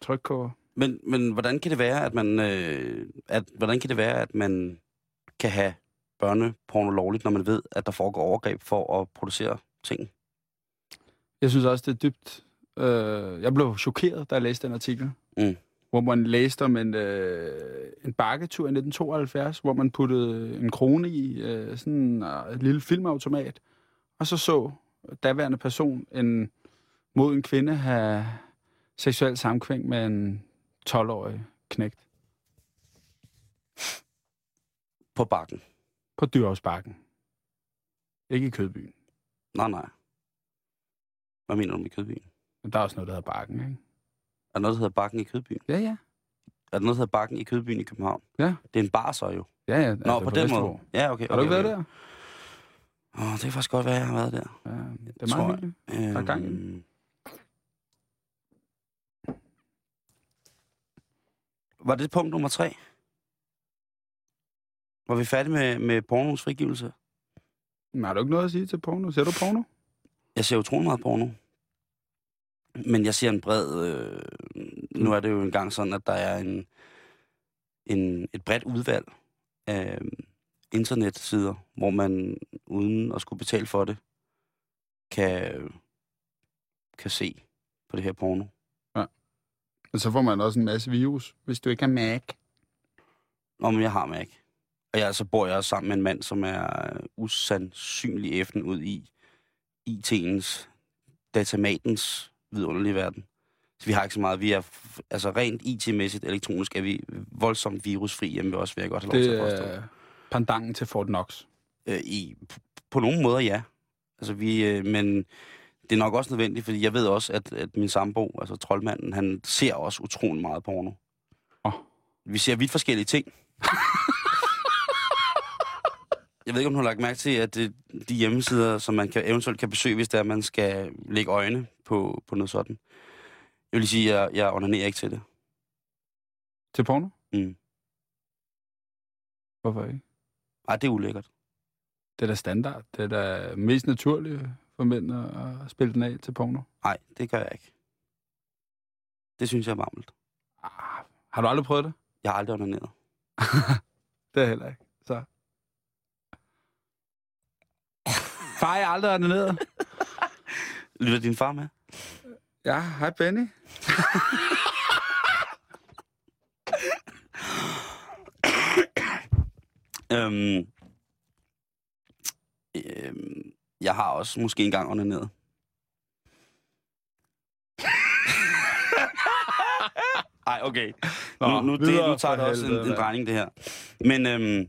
[SPEAKER 3] Trykkoger.
[SPEAKER 2] Men, men hvordan kan det være, at man, øh, at, hvordan kan det være, at man kan have børneporno lovligt, når man ved, at der foregår overgreb for at producere ting?
[SPEAKER 3] Jeg synes også, det er dybt... Øh, jeg blev chokeret, da jeg læste den artikel.
[SPEAKER 2] Mm.
[SPEAKER 3] Hvor man læste om en, øh, en bakketur i 1972, hvor man puttede en krone i øh, sådan øh, et lille filmautomat. Og så så daværende person en mod en kvinde have seksuel samkvæng med en 12-årig knægt
[SPEAKER 2] På bakken.
[SPEAKER 3] på Dyrhavsbakken. Ikke i Kødbyen.
[SPEAKER 2] Nej, nej. Hvad mener du med Kødbyen?
[SPEAKER 3] Men der er også noget, der hedder Bakken, ikke?
[SPEAKER 2] Er der noget, der hedder Bakken i Kødbyen?
[SPEAKER 3] Ja, ja.
[SPEAKER 2] Er der noget, der hedder Bakken i Kødbyen i København?
[SPEAKER 3] Ja.
[SPEAKER 2] Det er en bar så jo.
[SPEAKER 3] Ja, ja.
[SPEAKER 2] Nå, på den måde. Ja, okay.
[SPEAKER 3] Har
[SPEAKER 2] okay,
[SPEAKER 3] du ikke været
[SPEAKER 2] okay.
[SPEAKER 3] der?
[SPEAKER 2] Åh, det kan faktisk godt være, at jeg har været der.
[SPEAKER 3] Ja, det
[SPEAKER 2] Tror
[SPEAKER 3] er
[SPEAKER 2] jeg.
[SPEAKER 3] meget hyggeligt.
[SPEAKER 2] Øhm,
[SPEAKER 3] Der er gang i den.
[SPEAKER 2] Var det punkt nummer tre? Var vi færdige med, med pornos frigivelse?
[SPEAKER 3] Men har du ikke noget at sige til porno? Ser du porno?
[SPEAKER 2] Jeg ser utrolig meget porno. Men jeg ser en bred... Øh, nu er det jo engang sådan, at der er en, en, et bredt udvalg af internetsider, hvor man uden at skulle betale for det, kan, kan se på det her porno.
[SPEAKER 3] Men så får man også en masse virus, hvis du ikke har Mac.
[SPEAKER 2] Nå, men jeg har Mac. Og jeg, så bor jeg også sammen med en mand, som er øh, usandsynlig effen ud i IT'ens, datamatens vidunderlige verden. Så vi har ikke så meget. Vi er, f- altså rent IT-mæssigt, elektronisk, er vi voldsomt virusfri hjemme ved os, vil jeg godt have lov til
[SPEAKER 3] Det
[SPEAKER 2] at påstå.
[SPEAKER 3] er pandangen til Fort Knox.
[SPEAKER 2] Øh, i, på, på nogle måder, ja. Altså, vi, øh, men det er nok også nødvendigt, fordi jeg ved også, at, at min sambo, altså troldmanden, han ser også utrolig meget porno.
[SPEAKER 3] Åh.
[SPEAKER 2] Vi ser vidt forskellige ting. jeg ved ikke, om du har lagt mærke til, at det, de hjemmesider, som man kan, eventuelt kan besøge, hvis der man skal lægge øjne på, på noget sådan. Jeg vil lige sige, at jeg, jeg onanerer ikke til det.
[SPEAKER 3] Til porno?
[SPEAKER 2] Mm.
[SPEAKER 3] Hvorfor ikke?
[SPEAKER 2] Ej, det er ulækkert.
[SPEAKER 3] Det er da standard. Det er da mest naturligt for mænd at at spille den af til porno.
[SPEAKER 2] Nej, det gør jeg ikke. Det synes jeg er varmt.
[SPEAKER 3] Ah, har du aldrig prøvet det?
[SPEAKER 2] Jeg har aldrig onaneret.
[SPEAKER 3] Det er heller ikke. Så. Far, jeg har aldrig er ned.
[SPEAKER 2] Lytter din far med?
[SPEAKER 3] Ja, hej Benny.
[SPEAKER 2] Øhm, øhm, jeg har også måske engang onaneret. Ej, okay. Nu, nu, det, nu tager det også en, en drejning, det her. Men øhm,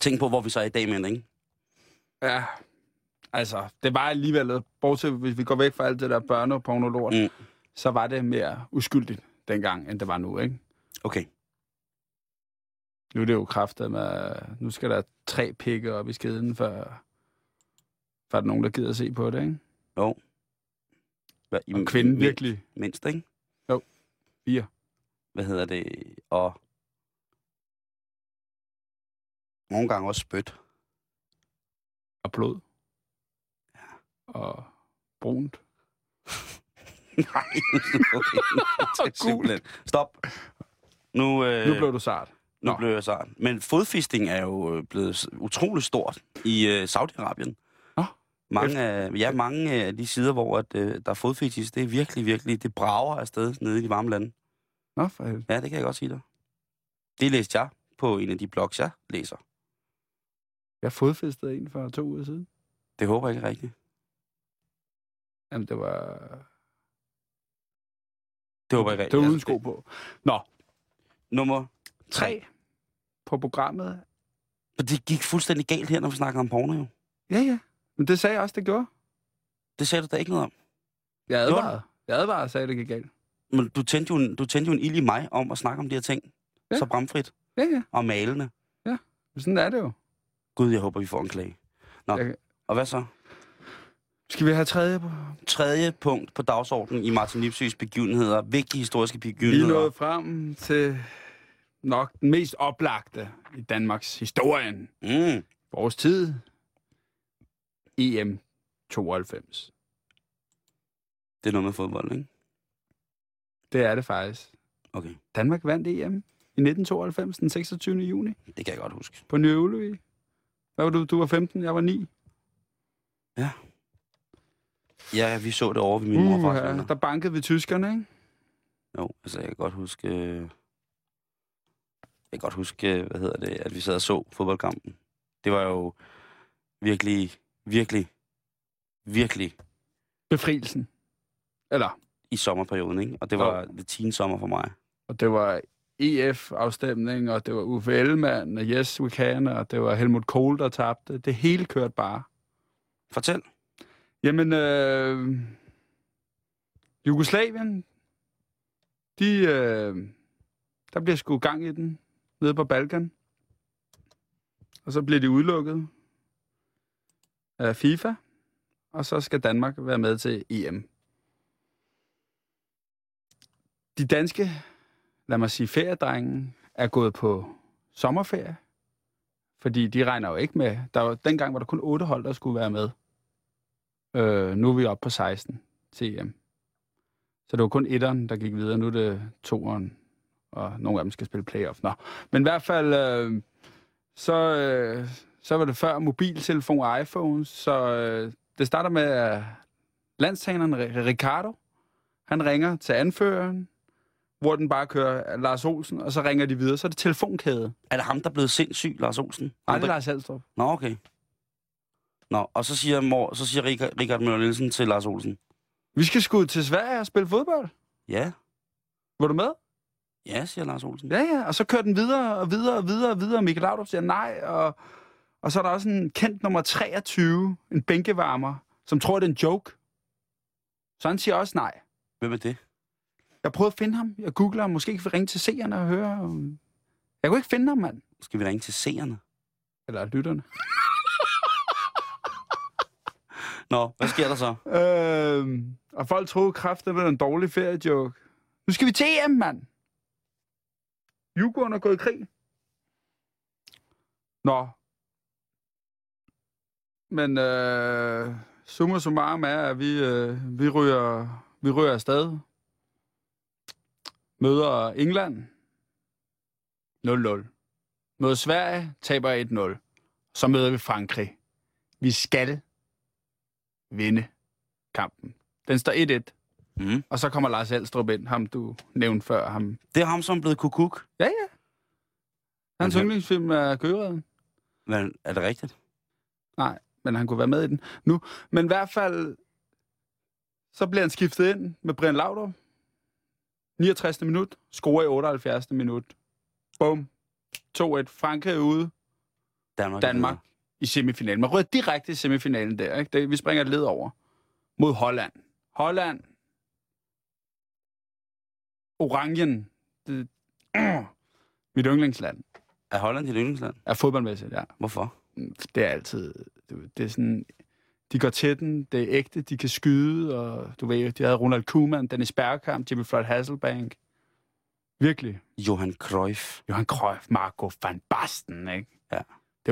[SPEAKER 2] tænk på, hvor vi så er i dag, men ikke?
[SPEAKER 3] Ja, altså, det var alligevel, bortset hvis vi går væk fra alt det der børne og pornolort,
[SPEAKER 2] Mm.
[SPEAKER 3] mm. så var det mere uskyldigt dengang, end det var nu, ikke?
[SPEAKER 2] Okay.
[SPEAKER 3] Nu er det jo kraftet med, nu skal der tre pikke op i skeden, før, før der er nogen, der gider at se på det, ikke?
[SPEAKER 2] Jo. Hvad,
[SPEAKER 3] Og kvinden virkelig
[SPEAKER 2] Mindst, ikke?
[SPEAKER 3] Jo. Fire.
[SPEAKER 2] Hvad hedder det? Og nogle gange også spyt.
[SPEAKER 3] og blod. Og brunt.
[SPEAKER 2] Nej, okay.
[SPEAKER 3] Og gult.
[SPEAKER 2] Simpelthen. Stop. Nu, øh,
[SPEAKER 3] Nu blev du sart.
[SPEAKER 2] nu
[SPEAKER 3] Nå.
[SPEAKER 2] blev jeg så. Men fodfisting er jo øh, blevet s- utrolig stort i øh, Saudi-Arabien.
[SPEAKER 3] Nå.
[SPEAKER 2] Mange af, ja, mange af de sider, hvor at, øh, der er fodfetis, det er virkelig, virkelig, det brager afsted nede i de varme lande.
[SPEAKER 3] Nå, for helvede.
[SPEAKER 2] Ja, det kan jeg godt sige dig. Det læste jeg på en af de blogs, jeg læser.
[SPEAKER 3] Jeg fodfæstede en for to uger siden.
[SPEAKER 2] Det håber jeg ikke er rigtigt.
[SPEAKER 3] Jamen, det var...
[SPEAKER 2] Det håber jeg ikke
[SPEAKER 3] Det var
[SPEAKER 2] rigtigt. Altså,
[SPEAKER 3] uden sko på. Nå,
[SPEAKER 2] det- Nummer
[SPEAKER 3] tre på programmet.
[SPEAKER 2] For det gik fuldstændig galt her, når vi snakker om porno jo.
[SPEAKER 3] Ja, ja. Men det sagde jeg også, det gjorde.
[SPEAKER 2] Det sagde du da ikke noget om.
[SPEAKER 3] Jeg
[SPEAKER 2] Gjorde
[SPEAKER 3] advarede. Jeg advarede og sagde, det gik galt.
[SPEAKER 2] Men du tændte jo en, du tændte jo en ild i mig om at snakke om de her ting.
[SPEAKER 3] Ja.
[SPEAKER 2] Ja. Så bramfrit
[SPEAKER 3] Ja, ja.
[SPEAKER 2] og malende.
[SPEAKER 3] Men sådan er det jo.
[SPEAKER 2] Gud, jeg håber, vi får en klage. Nå,
[SPEAKER 3] Jeg-
[SPEAKER 2] og hvad så?
[SPEAKER 3] Skal vi have tredje på?
[SPEAKER 2] Tredje punkt på dagsordenen i Martin Lipsøs begivenheder. Vigtige historiske
[SPEAKER 3] Vi er
[SPEAKER 2] begivenheder.
[SPEAKER 3] nået frem til nok den mest oplagte i Danmarks historien.
[SPEAKER 2] Mm.
[SPEAKER 3] Vores tid. E EM 92.
[SPEAKER 2] Det er noget med fodbold, ikke?
[SPEAKER 3] Det er det faktisk.
[SPEAKER 2] Okay,
[SPEAKER 3] Danmark vandt EM i 1992, den 26. juni,
[SPEAKER 2] det kan jeg godt huske.
[SPEAKER 3] på Nye Øvleby. Hvad var du? Du var 15, jeg var 9.
[SPEAKER 2] Ja, vi så det over ved min mor
[SPEAKER 3] Uh,
[SPEAKER 2] og
[SPEAKER 3] ja,
[SPEAKER 2] far.
[SPEAKER 3] der bankede vi tyskerne, ikke?
[SPEAKER 2] Jo, altså jeg kan godt huske... øh, Jeg kan godt huske, øh, hvad hedder det, at vi sad og så fodboldkampen. Det var jo virkelig, virkelig, virkelig
[SPEAKER 3] Befrielsen. Eller,
[SPEAKER 2] i sommerperioden, ikke? Og det var det teen sommer for mig.
[SPEAKER 3] og det var EF-afstemning, og det var Uffe Ellemann, og Yes We Can, og det var Helmut Kohl, der tabte. Det hele kørte bare.
[SPEAKER 2] Fortæl.
[SPEAKER 3] Jamen, øh, Jugoslavien, de, øh, der bliver sgu gang i den nede på Balkan. Og så bliver de udelukket af FIFA, og så skal Danmark være med til EM. De danske, lad mig sige feriedrenge, er gået på sommerferie, fordi de regner jo ikke med. Der var, dengang var der kun otte hold, der skulle være med. Øh, nu er vi oppe på 16 CM. Så det var kun etteren, der gik videre. Nu er det toeren, og nogle af dem skal spille playoff. Nå. Men i hvert fald, øh, så, øh, så var det før mobiltelefon og iPhones, så øh, det starter med, at landstræneren Ri- Ricardo, han ringer til anføreren, hvor den bare kører Lars Olsen, og så ringer de videre. Så er det telefonkæde.
[SPEAKER 2] Er det ham, der er blevet sindssyg, Lars Olsen?
[SPEAKER 3] Nej, det er
[SPEAKER 2] Ham, der-
[SPEAKER 3] Lars Halstrup.
[SPEAKER 2] Nå, okay. Nå, og så siger, mor, så siger Richard, Richard Møller Nielsen til Lars Olsen.
[SPEAKER 3] Vi skal sgu til Sverige og spille fodbold.
[SPEAKER 2] Ja,
[SPEAKER 3] Var du med?
[SPEAKER 2] ja, siger Lars Olsen.
[SPEAKER 3] Ja, ja, og så kører den videre og videre og videre og videre, og Michael Laudrup siger nej, og, og så er der også en kendt nummer 23, en bænkevarmer, som tror, det er en joke. Så han siger også nej.
[SPEAKER 2] Hvem er det?
[SPEAKER 3] Jeg prøvede at finde ham, jeg googler ham, måske kan vi ringe til seerne og høre. om- Jeg kunne ikke finde ham, mand.
[SPEAKER 2] Skal vi ringe til seerne?
[SPEAKER 3] Eller lytterne.
[SPEAKER 2] Nå, hvad sker der så?
[SPEAKER 3] Øhm, og folk troede kraftigt, det var en dårlig feriejoke. Nu skal vi til EM, mand! Djurgården er gået i krig. Nå. Men øh, summa summarum er, at vi, øh, vi, ryger, vi ryger afsted. Møder England. 0-0. Møder Sverige. Taber 1-0. Så møder vi Frankrig. Vi skal vinde kampen. Den står 1-1,
[SPEAKER 2] Mm.
[SPEAKER 3] og så kommer Lars Alstrup ind, ham du nævnte før. Ham.
[SPEAKER 2] Det er ham, som er blevet kukuk.
[SPEAKER 3] Ja, ja.
[SPEAKER 2] Men
[SPEAKER 3] Hans
[SPEAKER 2] han-
[SPEAKER 3] yndlingsfilm er Gøreden.
[SPEAKER 2] Men er det rigtigt?
[SPEAKER 3] men han kunne være med i den nu. Men i hvert fald, så bliver han skiftet ind med Brian Laudrup. 69. minut, scorer i 78. minut. Bum. 2-1. Frankrig er ude.
[SPEAKER 2] Danmark.
[SPEAKER 3] Danmark i semifinalen. Man rører direkte i semifinalen der. Ikke? Det, vi springer et led over mod Holland. Holland Orangen, det, mit yndlingsland,
[SPEAKER 2] Er Holland dit yndlingsland?
[SPEAKER 3] er fodboldmæssigt, ja.
[SPEAKER 2] Hvorfor?
[SPEAKER 3] Det er altid, det, det er sådan, de går til den, det er ægte, de kan skyde, og du ved, de havde Ronald Koeman, Dennis Bergkamp, Jimmy Floyd Hasselbank. Virkelig.
[SPEAKER 2] Johan Cruyff.
[SPEAKER 3] Johan Cruyff, Marco van Basten, ikke?
[SPEAKER 2] Ja.
[SPEAKER 3] Det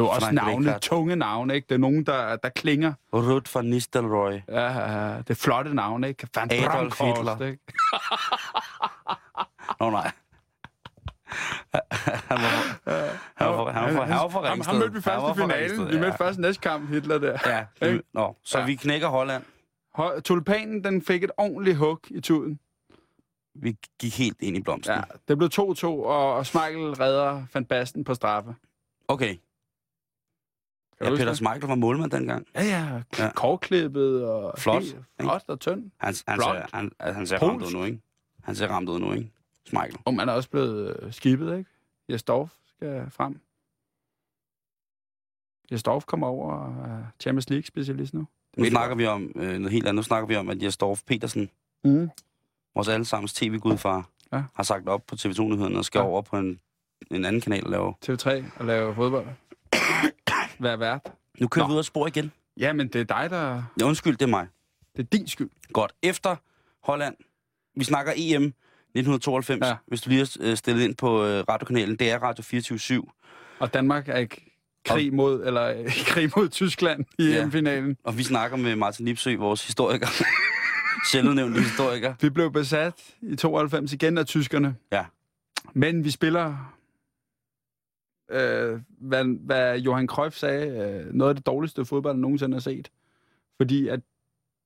[SPEAKER 3] er jo også
[SPEAKER 2] Frank
[SPEAKER 3] navne,
[SPEAKER 2] Rijkaard.
[SPEAKER 3] tunge navne, ikke? Det er nogen, der, der klinger.
[SPEAKER 2] Ruud van Nistelrooy.
[SPEAKER 3] Ja, ja, ja. det er flotte navne, ikke? Van
[SPEAKER 2] Adolf
[SPEAKER 3] Bronckhorst,
[SPEAKER 2] Hitler.
[SPEAKER 3] Ikke?
[SPEAKER 2] Nå nej. han var, han var, han var, han var, han var fra
[SPEAKER 3] Ham,
[SPEAKER 2] Ringsted.
[SPEAKER 3] ham mødte vi først
[SPEAKER 2] var
[SPEAKER 3] i
[SPEAKER 2] fra
[SPEAKER 3] finalen.
[SPEAKER 2] Ringsted,
[SPEAKER 3] Vi
[SPEAKER 2] ja.
[SPEAKER 3] mødte først næste kamp, Hitler der.
[SPEAKER 2] Ja,
[SPEAKER 3] Ikke?
[SPEAKER 2] vi, nå, så
[SPEAKER 3] Ja.
[SPEAKER 2] vi knækker Holland.
[SPEAKER 3] Hø- Tulipanen, den fik et ordentligt hug i tuden.
[SPEAKER 2] Vi gik helt ind i blomsten.
[SPEAKER 3] Ja, det blev 2-2, og, og Smeichel redder Van Basten på straffe.
[SPEAKER 2] Okay,
[SPEAKER 3] Kan
[SPEAKER 2] ja,
[SPEAKER 3] du huske
[SPEAKER 2] Peter
[SPEAKER 3] det?
[SPEAKER 2] Schmeichel var målmand dengang.
[SPEAKER 3] Ja, ja. k-
[SPEAKER 2] Ja.
[SPEAKER 3] Kortklippet og...
[SPEAKER 2] Flot,
[SPEAKER 3] Helt
[SPEAKER 2] ikke?
[SPEAKER 3] Flot og tynd.
[SPEAKER 2] Han, han,
[SPEAKER 3] Blond.
[SPEAKER 2] ser, han, altså, han ser ramt ud
[SPEAKER 3] Polsk.
[SPEAKER 2] nu, ikke? Han ser ramt ud nu, ikke? Schmeichel.
[SPEAKER 3] Og man er også blevet øh, skibet, ikke? Jesdorf skal frem. Jesdorf kommer over og er Champions League-specialist nu.
[SPEAKER 2] Nu
[SPEAKER 3] Ved du
[SPEAKER 2] snakker vi om øh, noget helt andet. Nu snakker vi om, at Jesdorf Petersen,
[SPEAKER 3] Mm.
[SPEAKER 2] vores allesammens tv-gudfar,
[SPEAKER 3] Ja.
[SPEAKER 2] ja. har sagt op på TV2-nyhederne og skal
[SPEAKER 3] Ja.
[SPEAKER 2] ja. over på en, en anden kanal og lave...
[SPEAKER 3] TV3 og lave fodbold. Vær vært.
[SPEAKER 2] Nu kører
[SPEAKER 3] Nå.
[SPEAKER 2] vi ud af spor igen.
[SPEAKER 3] Jamen, det er dig, der...
[SPEAKER 2] Ja, undskyld, det er mig.
[SPEAKER 3] Det er din skyld.
[SPEAKER 2] Godt. Efter Holland. Vi snakker E EM 1992.
[SPEAKER 3] Ja.
[SPEAKER 2] Ja. Hvis du lige har øh, stillet ind på øh, radiokanalen, det er Radio 24
[SPEAKER 3] Og Danmark er ikke krig mod, eller øh, krig mod Tyskland i
[SPEAKER 2] Ja.
[SPEAKER 3] ja. finalen.
[SPEAKER 2] Og vi snakker med Martin Lipsø, vores historiker. Sjældnævnte historiker.
[SPEAKER 3] Vi blev besat i 92 igen af tyskerne.
[SPEAKER 2] Ja.
[SPEAKER 3] Men vi spiller, øh, hvad, hvad Johan Cruyff sagde, øh, noget af det dårligste fodbold, jeg nogensinde har set. Fordi at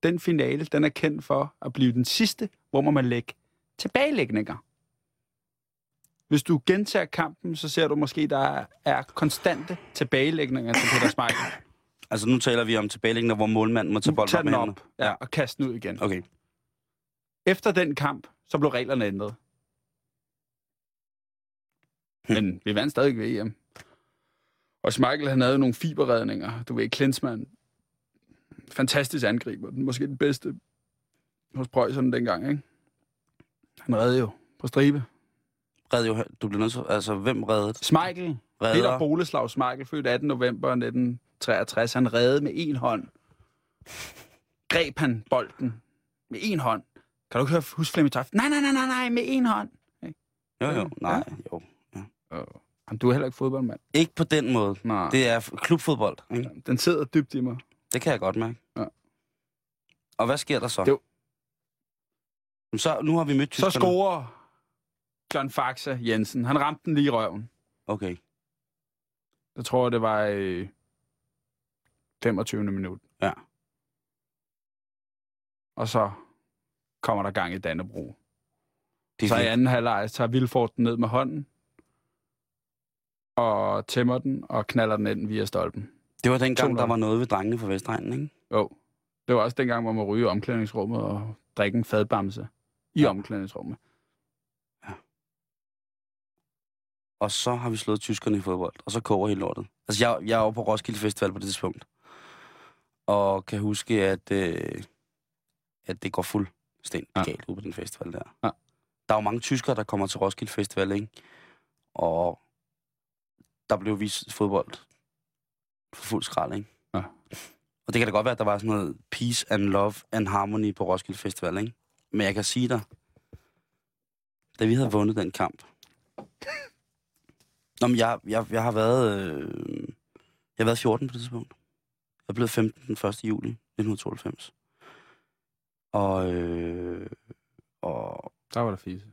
[SPEAKER 3] den finale, den er kendt for at blive den sidste, hvor man må lægge tilbagelægninger. Hvis du gentager kampen, så ser du måske, der er konstante tilbagelægninger til Peter Schmeichel.
[SPEAKER 2] Altså, nu taler vi om tilbagelæggende, hvor målmanden må tage bolden
[SPEAKER 3] Tag
[SPEAKER 2] op med
[SPEAKER 3] den
[SPEAKER 2] hænderne.
[SPEAKER 3] op ja, og kast den ud igen.
[SPEAKER 2] Okay.
[SPEAKER 3] Efter den kamp, så blev reglerne ændret. Men vi vandt stadig E VM. Og Schmeichel, han havde jo nogle fiberredninger. Du ved, Klinsmann. Fantastisk angriber. Den Måske den bedste hos Preusserne dengang, ikke? Han redde jo på stribe.
[SPEAKER 2] Red jo, du bliver nødt til, altså, hvem reddet?
[SPEAKER 3] Schmeichel, Peter
[SPEAKER 2] Redder.
[SPEAKER 3] Boleslav Schmeichel, født 18. november 1963. Han redde med en hånd. Greb han bolden med en hånd. Kan du ikke høre, huske Flemming Toft? Nej, nej, nej, nej, nej, med en hånd.
[SPEAKER 2] Jo, jo, nej, jo.
[SPEAKER 3] Jamen, du er heller ikke fodboldmand.
[SPEAKER 2] Ikke på den måde.
[SPEAKER 3] Nej. Det...
[SPEAKER 2] Det er f- klubfodbold. Ikke?
[SPEAKER 3] Den sidder dybt i mig.
[SPEAKER 2] Det kan jeg godt mærke.
[SPEAKER 3] Ja.
[SPEAKER 2] Og hvad sker der så?
[SPEAKER 3] Det-
[SPEAKER 2] Jamen, Så, nu har vi mødt
[SPEAKER 3] Så
[SPEAKER 2] tyskerne.
[SPEAKER 3] scorer John Faxe Jensen. Han ramte den lige i røven.
[SPEAKER 2] Okay.
[SPEAKER 3] Jeg tror, det var i 25. minut.
[SPEAKER 2] Ja.
[SPEAKER 3] Og så kommer der gang i Dannebro.
[SPEAKER 2] Det er
[SPEAKER 3] så i
[SPEAKER 2] vildt.
[SPEAKER 3] anden halvleg tager Vilfort den ned med hånden, og tæmmer den, og knaller den ind via stolpen.
[SPEAKER 2] Det var dengang, der
[SPEAKER 3] 200.
[SPEAKER 2] var noget ved drengene fra Vestegnen, ikke?
[SPEAKER 3] Jo. Det var også dengang, hvor man ryge i omklædningsrummet og drikke en fadbamse i
[SPEAKER 2] Ja.
[SPEAKER 3] omklædningsrummet.
[SPEAKER 2] Og så har vi slået tyskerne i fodbold, og så koger hele lortet. Altså, jeg, jeg var på Roskilde Festival på det tidspunkt, og kan huske, at, øh, at det går fuldstændig
[SPEAKER 3] Ja.
[SPEAKER 2] ja. galt ude på den festival der.
[SPEAKER 3] Ja.
[SPEAKER 2] Der er jo mange tyskere, der kommer til Roskilde Festival, ikke? Og der blev vist fodbold for fuld skrald, ikke?
[SPEAKER 3] Ja.
[SPEAKER 2] Og det kan da godt være, at der var sådan noget peace and love and harmony på Roskilde Festival, ikke? Men jeg kan sige dig, da vi havde vundet den kamp, Nå, men jeg, jeg, jeg har været... Øh, jeg har været 14 på det tidspunkt. Jeg blev 15 den 1. juli 1992. Og... Øh, og...
[SPEAKER 3] Der var der fise.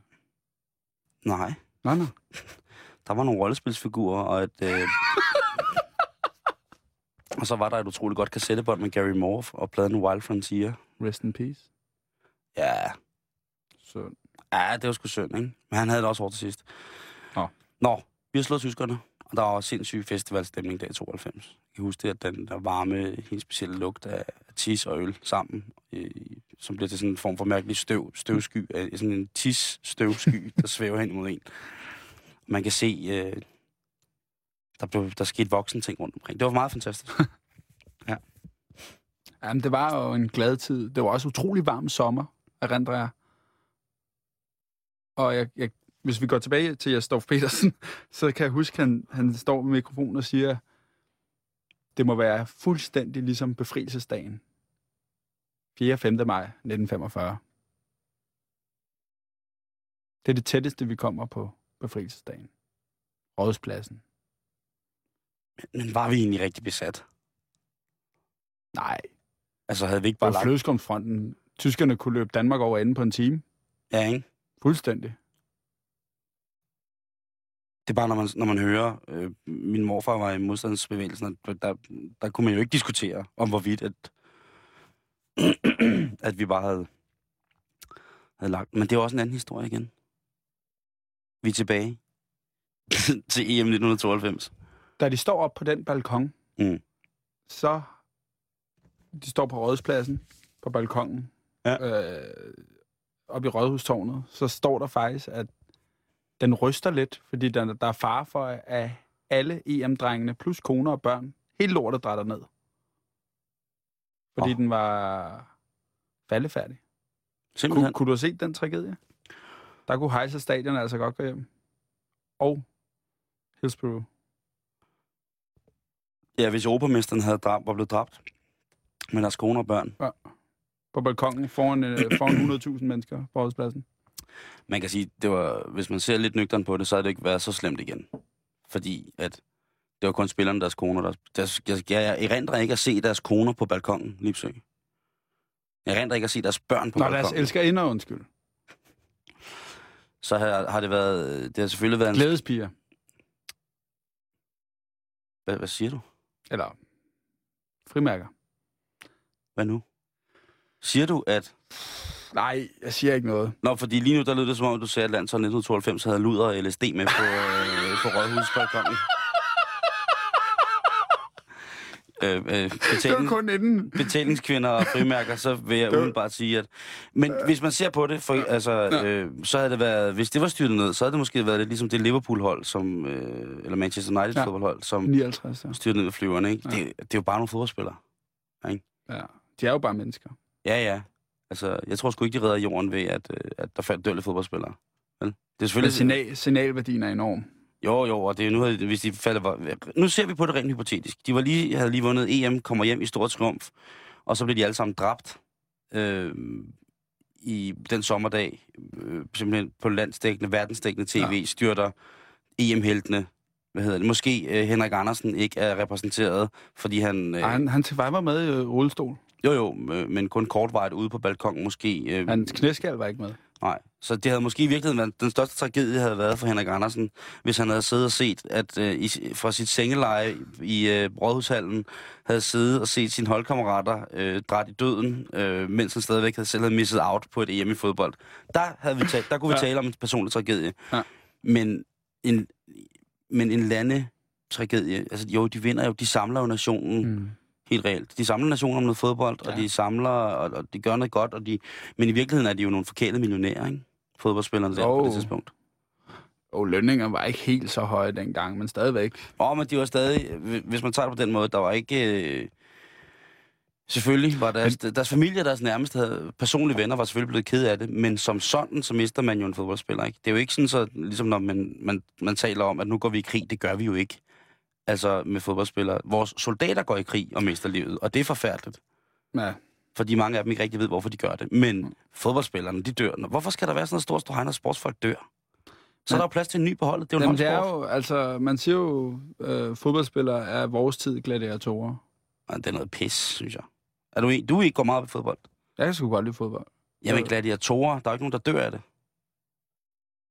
[SPEAKER 2] Nej,
[SPEAKER 3] Nå, nå.
[SPEAKER 2] der var nogle rollespilsfigurer, og et... Øh, og så var der et utroligt godt kassettebånd med Gary Moore og pladen Wild Frontier.
[SPEAKER 3] Rest in peace.
[SPEAKER 2] Ja,
[SPEAKER 3] Så
[SPEAKER 2] Ja, det var sgu synd, ikke? Men han havde det også hårdt til sidst.
[SPEAKER 3] Nå.
[SPEAKER 2] Nå, vi har slået tyskerne, og der var sindssyg festivalstemning der i 92. Jeg kan huske det, at den der varme, helt specielle lugt af tis og øl sammen, øh, som bliver til sådan en form for mærkelig støv, støvsky, øh, sådan en tis-støvsky, der svæver hen mod en. Man kan se, øh, der, blev, der skete voksen ting rundt omkring. Det var meget fantastisk.
[SPEAKER 3] Jamen, det var jo en glad tid. Det var også utrolig varm sommer, erindrer jeg. Og jeg, jeg, hvis vi går tilbage til Jastorf Petersen, så kan jeg huske, at han, han står med mikrofonen og siger, det må være fuldstændig ligesom befrielsesdagen. 4. og 5. maj 1945. Det er det tætteste, vi kommer på befrielsesdagen. Rådspladsen.
[SPEAKER 2] Men var vi egentlig rigtig besat?
[SPEAKER 3] Nej,
[SPEAKER 2] Altså havde vi ikke
[SPEAKER 3] det
[SPEAKER 2] bare
[SPEAKER 3] var
[SPEAKER 2] lagt...
[SPEAKER 3] flødeskumsfronten. Tyskerne kunne løbe Danmark over enden på en time.
[SPEAKER 2] Ja, ikke?
[SPEAKER 3] Fuldstændig.
[SPEAKER 2] Det er bare, når man, når man hører, øh, min morfar var i modstandsbevægelsen, at der, der kunne man jo ikke diskutere om hvorvidt, at, at vi bare havde, havde lagt. Men det er jo også en anden historie igen. Vi er tilbage til E EM 1992.
[SPEAKER 3] Da de står op på den balkon,
[SPEAKER 2] Mm.
[SPEAKER 3] så de står på rådspladsen, på balkongen, ja. øh, oppe i rådhustårnet, så står der faktisk, at den ryster lidt, fordi der, der er far for, at alle EM-drengene, plus koner og børn, helt lortet drætter ned. Fordi
[SPEAKER 2] Åh.
[SPEAKER 3] oh. den var faldefærdig. Kunne,
[SPEAKER 2] Simpelthen.
[SPEAKER 3] kunne du have set den tragedie? Der kunne Heise Stadion altså godt gå hjem. Og Hillsborough.
[SPEAKER 2] Ja, hvis europamesteren havde dræbt, var blevet dræbt. Men deres kone og børn.
[SPEAKER 3] På balkongen foran, øh, foran 100.000 mennesker på rådspladsen.
[SPEAKER 2] Man kan sige, det var, hvis man ser lidt nøgteren på det, så havde det ikke været så slemt igen. Fordi at det var kun spillerne, deres koner. Deres, deres, jeg, jeg, jeg erindrer ikke at se deres koner på balkongen, Lipsø. Jeg erindrer ikke at se deres børn på
[SPEAKER 3] Nå, deres
[SPEAKER 2] balkongen.
[SPEAKER 3] elsker ind og undskyld.
[SPEAKER 2] Så har, har det været... Det har selvfølgelig været... En,
[SPEAKER 3] Glædespiger.
[SPEAKER 2] hvad, hvad siger du?
[SPEAKER 3] Eller frimærker.
[SPEAKER 2] Hvad nu? Siger du, at...
[SPEAKER 3] Nej, jeg siger ikke noget.
[SPEAKER 2] Nå, fordi lige nu, der lød det som om, du sagde, at landsholdet 1992 havde luder og LSD med på, øh, på Rådhusbalkongen. øh, øh,
[SPEAKER 3] Det var
[SPEAKER 2] betaling,
[SPEAKER 3] kun inden.
[SPEAKER 2] betalingskvinder og frimærker, så vil jeg
[SPEAKER 3] Det var-
[SPEAKER 2] umiddelbart sige, at... Men hvis man ser på det, for, altså, øh, så havde det været... Hvis det var styrtet ned, så havde det måske været lidt ligesom det Liverpool-hold, som, øh, eller Manchester United
[SPEAKER 3] Ja.
[SPEAKER 2] fodboldhold, som
[SPEAKER 3] 59, ja.
[SPEAKER 2] styrtede ned af flyverne. Ikke?
[SPEAKER 3] Ja.
[SPEAKER 2] Det, det er jo bare nogle fodboldspillere.
[SPEAKER 3] ja. De er jo bare mennesker.
[SPEAKER 2] Ja, ja. Altså, jeg tror sgu ikke, de redder jorden ved, at, øh, at der faldt dølle fodboldspillere. Vel? Det er
[SPEAKER 3] Men
[SPEAKER 2] selvfølgelig...
[SPEAKER 3] signal, signalværdien er enorm.
[SPEAKER 2] Jo, jo, og det er jo nu, havde- hvis de falder... var- Nu ser vi på det rent hypotetisk. De var lige, havde lige vundet EM, kommer hjem i stor triumf, og så blev de alle sammen dræbt øh, i den sommerdag. Øh, simpelthen på landsdækkende, verdensdækkende tv ja.
[SPEAKER 3] Ja.
[SPEAKER 2] styrter EM-heltene. Hvad hedder det? Måske øh, Henrik Andersen ikke er repræsenteret, fordi han... Øh,
[SPEAKER 3] Ej, han, han var med i øh, rullestol.
[SPEAKER 2] Jo, jo, øh, men kun kortvarigt ude på balkongen måske. Øh,
[SPEAKER 3] Hans knæskal var ikke med.
[SPEAKER 2] Nej, så det havde måske i virkeligheden været, den største tragedie havde været for Henrik Andersen, hvis han havde siddet og set, at øh, i, fra sit sengeleje i øh, Rådhushallen, havde siddet og set sine holdkammerater øh, dræt i døden, øh, mens han stadigvæk havde selv havde misset out på et EM i fodbold. Der, havde vi talt, der kunne vi
[SPEAKER 3] Ja.
[SPEAKER 2] tale om en personlig tragedie.
[SPEAKER 3] Ja.
[SPEAKER 2] Men en, men en lande tragedie, altså jo, de vinder jo, de samler jo nationen
[SPEAKER 3] Mm.
[SPEAKER 2] helt reelt. De samler nationen om noget fodbold, ja. og
[SPEAKER 3] Ja.
[SPEAKER 2] de samler, og, og de gør noget godt, og de, men i virkeligheden er de jo nogle forkælede millionærer, ikke? Fodboldspillerne der oh. på
[SPEAKER 3] Jo.
[SPEAKER 2] det tidspunkt.
[SPEAKER 3] Og lønninger var ikke helt så høje dengang, men stadigvæk.
[SPEAKER 2] Og men de var stadig, hvi- hvis man tager det på den måde, der var ikke... Øh, selvfølgelig var deres, deres familie, deres nærmeste havde, personlige venner, var selvfølgelig blevet ked af det, men som sådan, så mister man jo en fodboldspiller, ikke? Det er jo ikke sådan så, ligesom når man, man, man taler om, at nu går vi i krig, det gør vi jo ikke. Altså med fodboldspillere. Vores soldater går i krig og mister livet, og det er forfærdeligt.
[SPEAKER 3] Ja.
[SPEAKER 2] fordi mange af dem ikke rigtig ved, hvorfor de gør det. Men mm. fodboldspillerne, de dør. Nå, Hvorfor skal der være sådan noget stort ståhegn, at sportsfolk dør? Så er
[SPEAKER 3] Men-
[SPEAKER 2] der jo plads til en ny på holdet. Det er jo
[SPEAKER 3] Jamen,
[SPEAKER 2] en
[SPEAKER 3] det er
[SPEAKER 2] Jamen,
[SPEAKER 3] jo, altså, man siger jo, øh, fodboldspillere er vores tid gladiatorer.
[SPEAKER 2] det er noget pis, synes jeg. Er du, en, du ikke går meget op i fodbold?
[SPEAKER 3] Jeg kan sgu godt lide fodbold.
[SPEAKER 2] Jamen,
[SPEAKER 3] Øh.
[SPEAKER 2] gladiatorer, der er jo ikke nogen, der dør af det.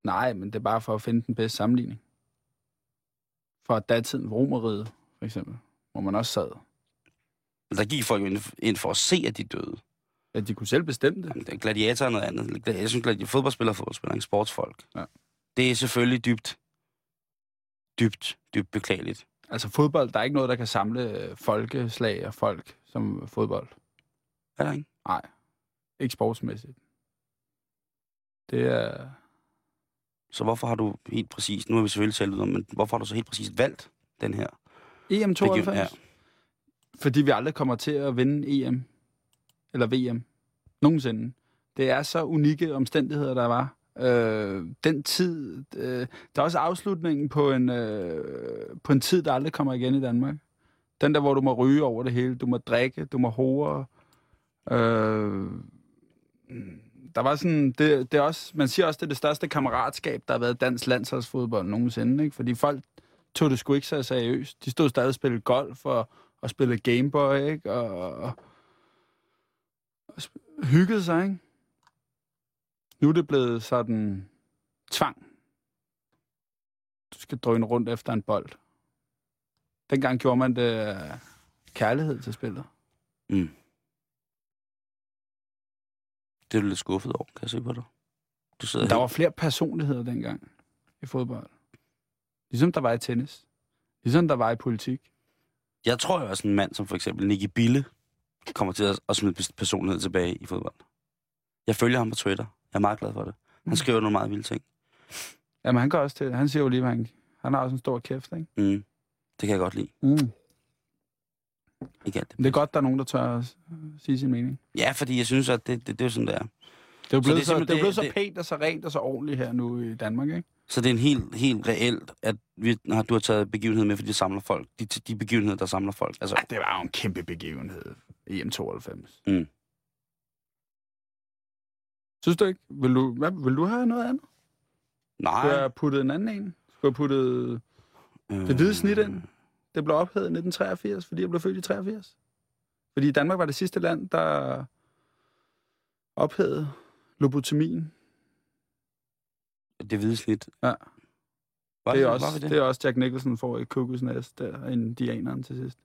[SPEAKER 3] Nej, men det er bare for at finde den bedste sammenligning. For datiden romeriet, for eksempel, hvor man også sad.
[SPEAKER 2] Men Altså, der gik folk jo ind- ind for at se, at de døde.
[SPEAKER 3] Ja, de kunne selv bestemme det.
[SPEAKER 2] Jamen, det er gladiator er noget andet. Gla- Jeg synes, gladiator, fodboldspillere er fodboldspillere, ikke sportsfolk.
[SPEAKER 3] Ja.
[SPEAKER 2] Det er selvfølgelig dybt, dybt, dybt beklageligt.
[SPEAKER 3] Altså fodbold, der er ikke noget, der kan samle øh, folkeslag og folk som fodbold.
[SPEAKER 2] Er der ikke?
[SPEAKER 3] Ikke sportsmæssigt. Det er...
[SPEAKER 2] Så hvorfor har du helt præcis, nu har vi selvfølgelig talt ud om, men hvorfor har du så helt præcis valgt den her?
[SPEAKER 3] EM92?
[SPEAKER 2] Begiv- ja.
[SPEAKER 3] Ja. Fordi vi aldrig kommer til at vinde E EM. Eller VM. Nogensinde. Det er så unikke omstændigheder, der var, Øh, den tid, øh, der er også afslutningen på en, øh, på en tid, der aldrig kommer igen i Danmark. Den der, hvor du må ryge over det hele, du må drikke, du må hore. Øh, der var sådan, det, det er også, man siger også, det er det største kammeratskab, der har været i dansk landsholdsfodbold nogensinde, ikke? fordi folk tog det sgu ikke så seriøst. De stod stadig og spillede golf og, og spillede Gameboy, ikke? Og, og, og sp- hyggede sig, ikke? Nu er det blevet sådan tvang. Du skal drøne rundt efter en bold. Dengang gjorde man det af kærlighed til spillet.
[SPEAKER 2] Mm. Det er du lidt skuffet over, kan jeg se på dig. Du sidder
[SPEAKER 3] Der
[SPEAKER 2] her.
[SPEAKER 3] var flere personligheder dengang i fodbold. Ligesom der var i tennis. Ligesom der var i politik.
[SPEAKER 2] Jeg tror jo også, en mand som for eksempel Nicky Bille kommer til at, at smide pers- personlighed tilbage i fodbold. Jeg følger ham på Twitter. Jeg er meget glad for det.
[SPEAKER 3] Mm.
[SPEAKER 2] Han skriver nogle meget vilde ting.
[SPEAKER 3] Jamen, han gør også til det. Han siger jo lige, hvad han, han har også en stor kæft, ikke?
[SPEAKER 2] Mm. Det kan jeg godt lide.
[SPEAKER 3] Mm.
[SPEAKER 2] Ikke alt det.
[SPEAKER 3] Men det er godt, der er nogen, der tør at øh, sige sin mening.
[SPEAKER 2] Ja, fordi jeg synes, at det, det, det er jo sådan, det er.
[SPEAKER 3] Det er jo
[SPEAKER 2] Så det
[SPEAKER 3] blevet
[SPEAKER 2] er
[SPEAKER 3] så, det,
[SPEAKER 2] simpelthen-
[SPEAKER 3] det er blevet
[SPEAKER 2] det-
[SPEAKER 3] så
[SPEAKER 2] det-
[SPEAKER 3] pænt og så rent og så ordentligt her nu i Danmark, ikke?
[SPEAKER 2] Så det er en helt, helt reelt, at vi, når du har taget begivenhed med, fordi det samler folk. De, de begivenheder, der samler folk. Altså,
[SPEAKER 3] Ej, det var jo en kæmpe begivenhed. E EM92.
[SPEAKER 2] Mm.
[SPEAKER 3] Synes du ikke? Vil du, hvad, vil du have noget andet?
[SPEAKER 2] nej.
[SPEAKER 3] Skulle jeg have puttet en anden en? Skulle jeg have puttet
[SPEAKER 2] øh,
[SPEAKER 3] det hvide snit ind? Det blev ophedet i 1983, fordi jeg blev født i 83. Fordi Danmark var det sidste land, der ophedede lobotomien.
[SPEAKER 2] Øh, Det hvide snit.
[SPEAKER 3] Ja.
[SPEAKER 2] Var
[SPEAKER 3] det, er
[SPEAKER 2] det,
[SPEAKER 3] også,
[SPEAKER 2] Var vi det?
[SPEAKER 3] det? er også Jack Nicholson får i øh, Cuckoo's Nest, der indianeren til sidst.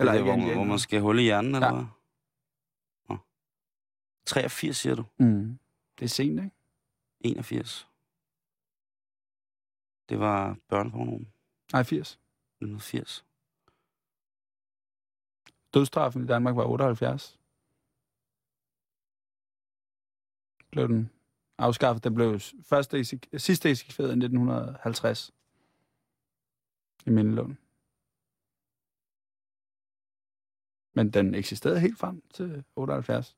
[SPEAKER 2] Eller det,
[SPEAKER 3] ikke
[SPEAKER 2] hvor, man, hvor
[SPEAKER 3] indianeren.
[SPEAKER 2] man skal hulle i hjernen, eller
[SPEAKER 3] Ja.
[SPEAKER 2] hvad? Nå. 83, siger du?
[SPEAKER 3] Mm. Det er sent, ikke?
[SPEAKER 2] 81. Det var børnepornoen.
[SPEAKER 3] Nej, 80.
[SPEAKER 2] 1980.
[SPEAKER 3] Dødstraffen i Danmark var 78. Blev den afskaffet. Den blev s- første eksek- sidste eksekveret i 1950. I Mindelund. Men den eksisterede helt frem til 78.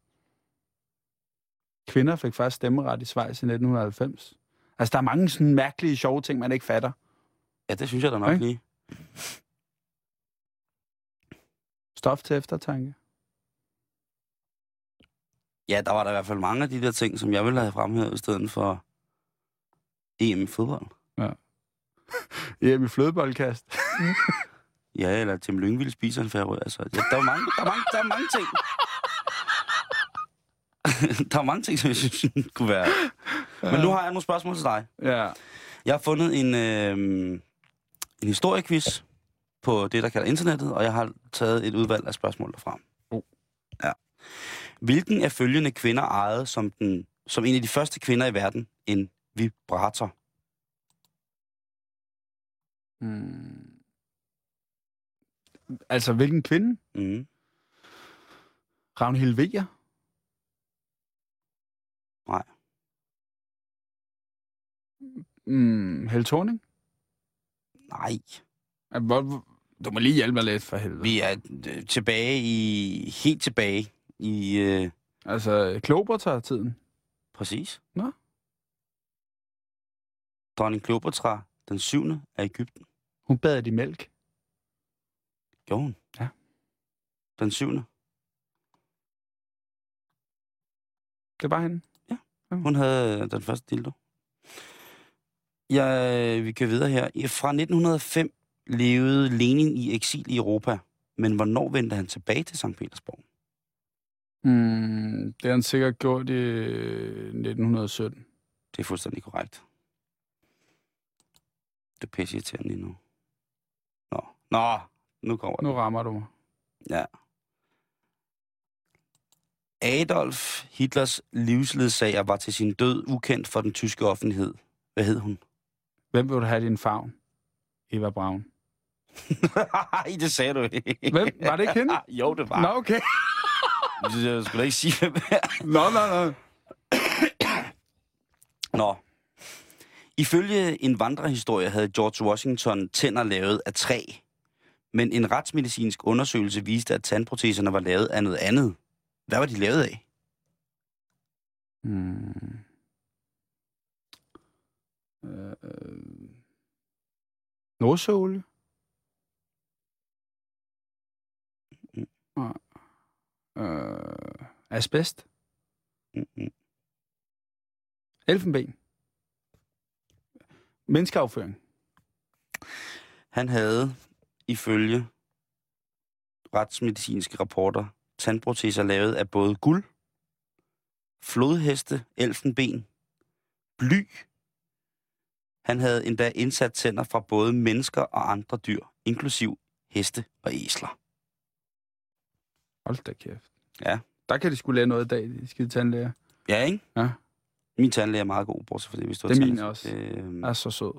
[SPEAKER 3] Kvinder fik først stemmeret i Schweiz i 1990. Altså, der er mange sådan mærkelige, sjove ting, man ikke fatter.
[SPEAKER 2] Ja, det synes jeg da nok
[SPEAKER 3] Okay.
[SPEAKER 2] lige.
[SPEAKER 3] Stof til eftertanke.
[SPEAKER 2] Ja, der var der i hvert fald mange af de der ting, som jeg ville have fremhævet i stedet for EM i fodbold.
[SPEAKER 3] Hjem i flødeboldkast.
[SPEAKER 2] Ja, eller Tim Lyngvild spiser en færø. Altså, ja, der, var mange, der, var mange, der var mange ting. der var mange ting, som jeg synes kunne være. Men nu har jeg nogle spørgsmål til dig.
[SPEAKER 3] ja.
[SPEAKER 2] Jeg har fundet en, øh, en historiequiz på det, der kalder internettet, og jeg har taget et udvalg af spørgsmål derfra.
[SPEAKER 3] Oh.
[SPEAKER 2] Ja. Hvilken af følgende kvinder ejede som, den, som en af de første kvinder i verden en vibrator?
[SPEAKER 3] Mm. Altså, hvilken kvinde?
[SPEAKER 2] Mm.
[SPEAKER 3] Ragnhild Vejer?
[SPEAKER 2] Nej.
[SPEAKER 3] Mm, Helle Thorning?
[SPEAKER 2] Nej,
[SPEAKER 3] Ah, hvor- hvor- Du må lige hjælpe mig lidt, for helvede.
[SPEAKER 2] vi er øh, tilbage i, helt tilbage i, øh,
[SPEAKER 3] Altså, Klobertar-tiden?
[SPEAKER 2] præcis.
[SPEAKER 3] Nå.
[SPEAKER 2] Dronning Kleopatra, den syvende af Ægypten.
[SPEAKER 3] Hun bad i mælk.
[SPEAKER 2] Gjorde hun?
[SPEAKER 3] Ja.
[SPEAKER 2] Den syvende.
[SPEAKER 3] Det var hende.
[SPEAKER 2] Hun havde øh, den første dildo. Jeg, vi kan videre her. I- Fra 1905 levede Lenin i eksil i Europa, men hvornår vendte han tilbage til St. Petersborg?
[SPEAKER 3] Mm, det har han sikkert gjort i øh, 1917.
[SPEAKER 2] Det er fuldstændig korrekt. Det er pisse irriterende lige nu. Nå, Nå nu kommer det.
[SPEAKER 3] Nu rammer du mig.
[SPEAKER 2] Adolf Hitlers livsledsager var til sin død ukendt for den tyske offentlighed. Hvad hed hun?
[SPEAKER 3] Hvem vil du have i din favn? Eva Braun.
[SPEAKER 2] Nej, det sagde du ikke. Ah,
[SPEAKER 3] Hvem? Var det ikke hende?
[SPEAKER 2] jo, det var.
[SPEAKER 3] Nå, okay.
[SPEAKER 2] Jeg skulle da ikke sige, hvem
[SPEAKER 3] Nå, nå, nå.
[SPEAKER 2] Nå. Ifølge en vandrehistorie havde George Washington tænder lavet af træ. Men en retsmedicinsk undersøgelse viste, at tandproteserne var lavet af noget andet. Hvad var de lavet af?
[SPEAKER 3] Mm. Øh, øh, Nordsøolie?
[SPEAKER 2] Mm.
[SPEAKER 3] Nej. Øh, asbest?
[SPEAKER 2] Mm-mm.
[SPEAKER 3] Elfenben? Menneskeafføring?
[SPEAKER 2] Han havde ifølge retsmedicinske rapporter tandproteser lavet af både guld, flodheste, elfenben, bly. Han havde endda indsat tænder fra både mennesker og andre dyr, inklusiv heste og æsler.
[SPEAKER 3] Hold da kæft.
[SPEAKER 2] Ja.
[SPEAKER 3] Der kan de skulle lære noget i dag, de skide tandlæger.
[SPEAKER 2] Ja, ikke?
[SPEAKER 3] Ja.
[SPEAKER 2] Min tandlæge er meget god, bortset fra det, hvis du har
[SPEAKER 3] Det er min
[SPEAKER 2] tandlæge.
[SPEAKER 3] også. Altså-
[SPEAKER 2] Øhm,
[SPEAKER 3] Jeg er så sød.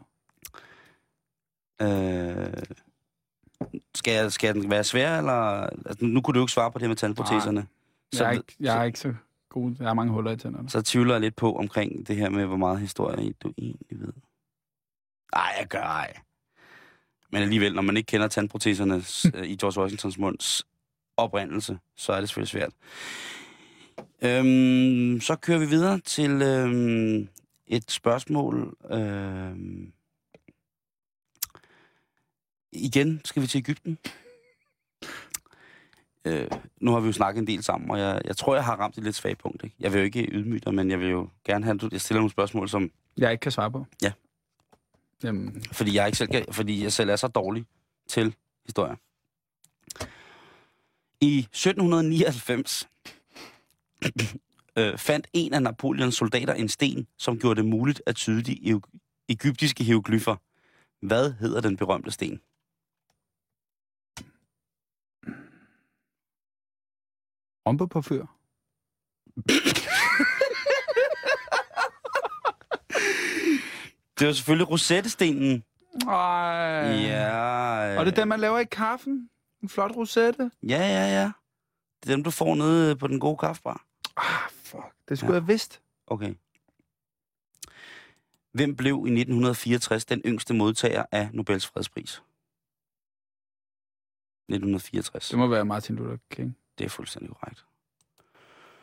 [SPEAKER 2] Øh, skal, jeg, skal den være svær, eller... Altså, nu kunne du jo ikke svare på det med tandproteserne. Så,
[SPEAKER 3] Jeg er, ikke, jeg
[SPEAKER 2] så,
[SPEAKER 3] er ikke så god. Jeg har mange huller i tænderne.
[SPEAKER 2] så tvivler jeg lidt på omkring det her med, hvor meget historie du egentlig ved. Nej, jeg gør ej. Men alligevel, når man ikke kender tandproteserne i George Washingtons munds oprindelse, så er det selvfølgelig svært. Øhm, så kører vi videre til øhm, et spørgsmål. Øhm, igen skal vi til Ægypten. Øh, nu har vi jo snakket en del sammen, og jeg, jeg tror, jeg har ramt et lidt svagt punkt. Ikke? Jeg vil jo ikke ydmyge dig, men jeg vil jo gerne have, at du jeg stiller nogle spørgsmål, som,
[SPEAKER 3] Jeg ikke kan svare på.
[SPEAKER 2] Ja.
[SPEAKER 3] Jamen,
[SPEAKER 2] fordi, jeg ikke selv kan, fordi jeg selv er så dårlig til historier. I 1799 øh, fandt en af Napoleons soldater en sten, som gjorde det muligt at tyde de eu- egyptiske hieroglyffer. Hvad hedder den berømte sten?
[SPEAKER 3] rumpe på fyr.
[SPEAKER 2] Det var selvfølgelig rosettestenen.
[SPEAKER 3] Ej.
[SPEAKER 2] Ja. øh,
[SPEAKER 3] Og det er den, man laver i kaffen. En flot rosette.
[SPEAKER 2] Ja, ja, ja. Det er dem, du får nede på den gode kaffebar.
[SPEAKER 3] Ah, fuck. Det skulle ja. jeg have vidst.
[SPEAKER 2] Okay. Hvem blev i 1964 den yngste modtager af Nobels fredspris? 1964.
[SPEAKER 3] Det må være Martin Luther King.
[SPEAKER 2] Det er fuldstændig korrekt.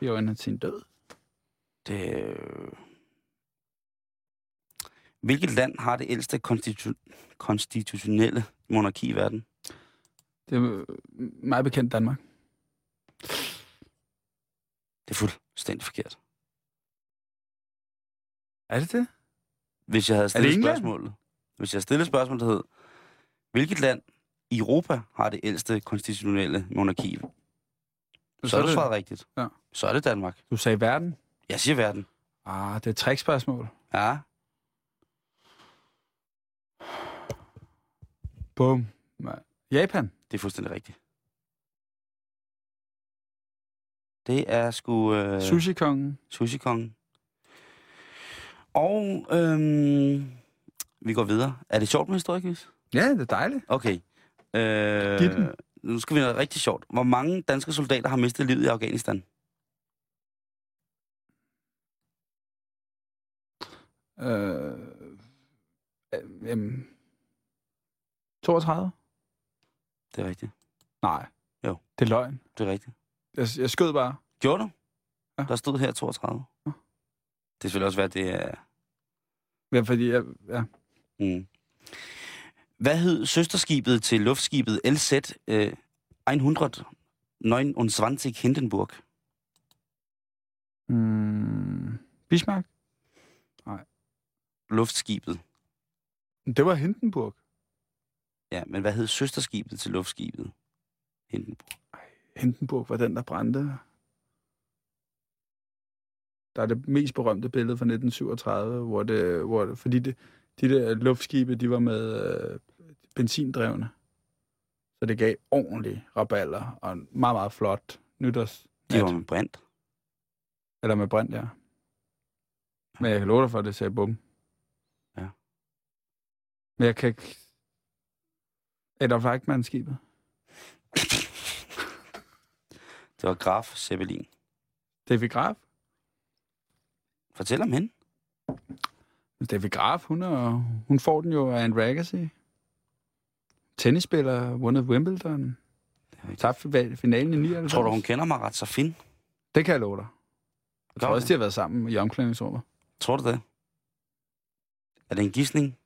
[SPEAKER 3] Jo, han sin død.
[SPEAKER 2] Det... øh. Hvilket land har det ældste konstitu- konstitutionelle monarki i verden?
[SPEAKER 3] Det er øh, meget bekendt Danmark.
[SPEAKER 2] Det er fuldstændig forkert.
[SPEAKER 3] Er det det?
[SPEAKER 2] Hvis jeg havde
[SPEAKER 3] Er det
[SPEAKER 2] stillet
[SPEAKER 3] England?
[SPEAKER 2] spørgsmålet... Hvis jeg stillede spørgsmålet, der hed... Hvilket land i Europa har det ældste konstitutionelle monarki Så har du svaret rigtigt.
[SPEAKER 3] Ja.
[SPEAKER 2] Så er det Danmark.
[SPEAKER 3] Du sagde verden.
[SPEAKER 2] Jeg siger verden.
[SPEAKER 3] Ah, det er et trickspørgsmål.
[SPEAKER 2] Ja.
[SPEAKER 3] Bum. Nej. Japan.
[SPEAKER 2] Det er fuldstændig rigtigt. Det er sgu øh,
[SPEAKER 3] Øh. Sushi-kongen.
[SPEAKER 2] sushi-kongen. Og øhm, vi går videre. Er det sjovt med historikvis?
[SPEAKER 3] Ja, det er dejligt.
[SPEAKER 2] Okay.
[SPEAKER 3] Giv
[SPEAKER 2] Øh,
[SPEAKER 3] den.
[SPEAKER 2] nu skal vi noget rigtig sjovt. Hvor mange danske soldater har mistet livet i Afghanistan?
[SPEAKER 3] Øh, øh, jamen, 32?
[SPEAKER 2] Det er rigtigt.
[SPEAKER 3] Nej.
[SPEAKER 2] Jo.
[SPEAKER 3] Det er løgn.
[SPEAKER 2] Det er rigtigt.
[SPEAKER 3] Jeg, jeg skød bare.
[SPEAKER 2] Gjorde du?
[SPEAKER 3] Ja.
[SPEAKER 2] Der stod her 32.
[SPEAKER 3] Ja.
[SPEAKER 2] Det skal selvfølgelig også være, at det er
[SPEAKER 3] Ja, fordi jeg, ja.
[SPEAKER 2] Mm. Hvad hed søsterskibet til luftskibet LZ øh, 129 Hindenburg?
[SPEAKER 3] Mm, Bismarck?
[SPEAKER 2] Luftskibet.
[SPEAKER 3] Det var Hindenburg.
[SPEAKER 2] Ja, men hvad hed søsterskibet til luftskibet Hindenburg?
[SPEAKER 3] Hindenburg var den, der brændte. Der er det mest berømte billede fra 1937, hvor det, hvor det fordi det, de der luftskibe, de var med øh, benzindrevne. Så det gav ordentlig raballer og en meget, meget flot nytårs.
[SPEAKER 2] Det var med brint.
[SPEAKER 3] Eller med brint, ja. Men jeg kan love dig for, at det sagde bum.
[SPEAKER 2] Ja.
[SPEAKER 3] Men jeg kan ikke... Adolf Eichmann-skibet.
[SPEAKER 2] Det var Graf Zeppelin.
[SPEAKER 3] David Graf.
[SPEAKER 2] Fortæl om hende.
[SPEAKER 3] David Graf, hun, er, hun får den jo af Anne Ragasi. Tennisspiller, vundet Wimbledon. Tabt fi- finalen i 99.
[SPEAKER 2] Tror du, hun kender Marat Safin?
[SPEAKER 3] Det kan jeg love dig. Jeg
[SPEAKER 2] Gør
[SPEAKER 3] tror
[SPEAKER 2] hun?
[SPEAKER 3] også, de har været sammen i omklædningsrummet.
[SPEAKER 2] Tror du det? Er det en gidsning?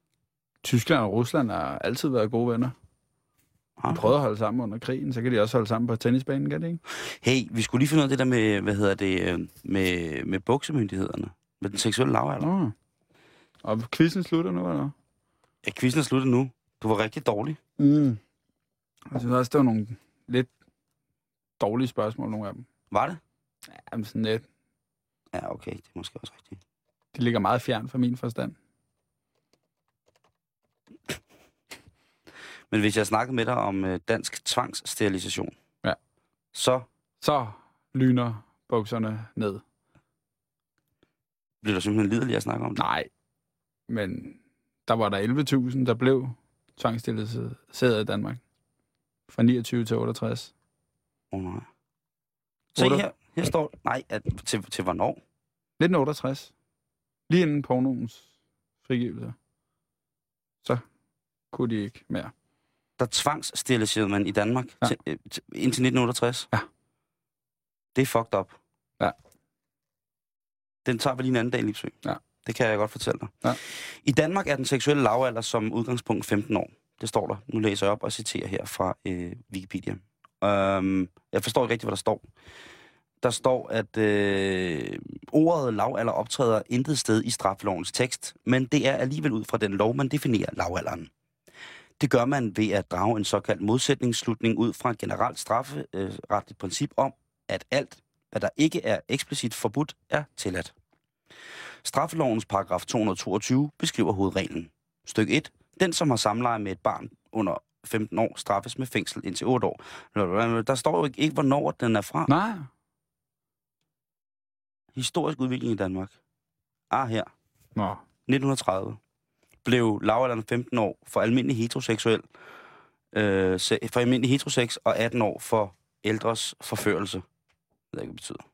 [SPEAKER 3] Tyskland og Rusland har altid været gode venner.
[SPEAKER 2] Ah.
[SPEAKER 3] De prøvede at holde sammen under krigen, så kan de også holde sammen på tennisbanen, kan de ikke?
[SPEAKER 2] Hey, vi skulle lige finde ud af det der med, hvad hedder det, øh, med, med buksemyndighederne. Med den seksuelle lavalder.
[SPEAKER 3] Nå. Og quizzen slutter nu, eller?
[SPEAKER 2] Ja, quizzen er sluttet nu. Du var rigtig dårlig.
[SPEAKER 3] Mm. Jeg synes også, det var nogle lidt dårlige spørgsmål, nogle af dem.
[SPEAKER 2] Var det?
[SPEAKER 3] Jamen sådan lidt.
[SPEAKER 2] Ja, okay. Det er måske også rigtigt.
[SPEAKER 3] De ligger meget fjern fra min forstand.
[SPEAKER 2] Men hvis jeg snakkede med dig om øh, dansk tvangssterilisation,
[SPEAKER 3] Ja.
[SPEAKER 2] så
[SPEAKER 3] Så lyner bukserne ned.
[SPEAKER 2] bliver du simpelthen liderlig at snakke om det.
[SPEAKER 3] Nej, men der var der 11.000, der blev tvangsstillet i Danmark. Fra 29 til 68.
[SPEAKER 2] Oh, nej. Se
[SPEAKER 3] Otte-
[SPEAKER 2] her, her står... Nej, at, til, til hvornår?
[SPEAKER 3] 1968. Lige inden pornoens frigivelse. Så kunne de ikke mere.
[SPEAKER 2] Der tvangssteriliserede man i Danmark ja.
[SPEAKER 3] Ja.
[SPEAKER 2] til, øh, til, indtil 1968.
[SPEAKER 3] Ja.
[SPEAKER 2] Det er fucked up.
[SPEAKER 3] Ja.
[SPEAKER 2] Den tager vi lige en anden dag, Lipsø.
[SPEAKER 3] Ja.
[SPEAKER 2] Det kan jeg godt fortælle dig.
[SPEAKER 3] Ja.
[SPEAKER 2] I Danmark er den seksuelle lavalder som udgangspunkt 15 år. Det står der. Nu læser jeg op og citerer her fra øh, Wikipedia. Øhm, jeg forstår ikke rigtigt, hvad der står. Der står, at øh, ordet lavalder optræder intet sted i straflovens tekst, men det er alligevel ud fra den lov, man definerer lavalderen. Det gør man ved at drage en såkaldt modsætningsslutning ud fra et generelt strafferetligt princip om, at alt, hvad der ikke er eksplicit forbudt, er tilladt. Straffelovens paragraf 222 beskriver hovedreglen. Styk 1. Den, som har samleje med et barn under 15 år, straffes med fængsel indtil 8 år. Der står jo ikke, ikke hvornår den er fra.
[SPEAKER 3] Nej,
[SPEAKER 2] Historisk udvikling i Danmark. Ah, her.
[SPEAKER 3] Nå.
[SPEAKER 2] 1930 blev lavalderen 15 år for almindelig heteroseksuel, øh, se- for almindelig heterosex og 18 år for ældres forførelse. Det ved jeg ikke, hvad det betyder.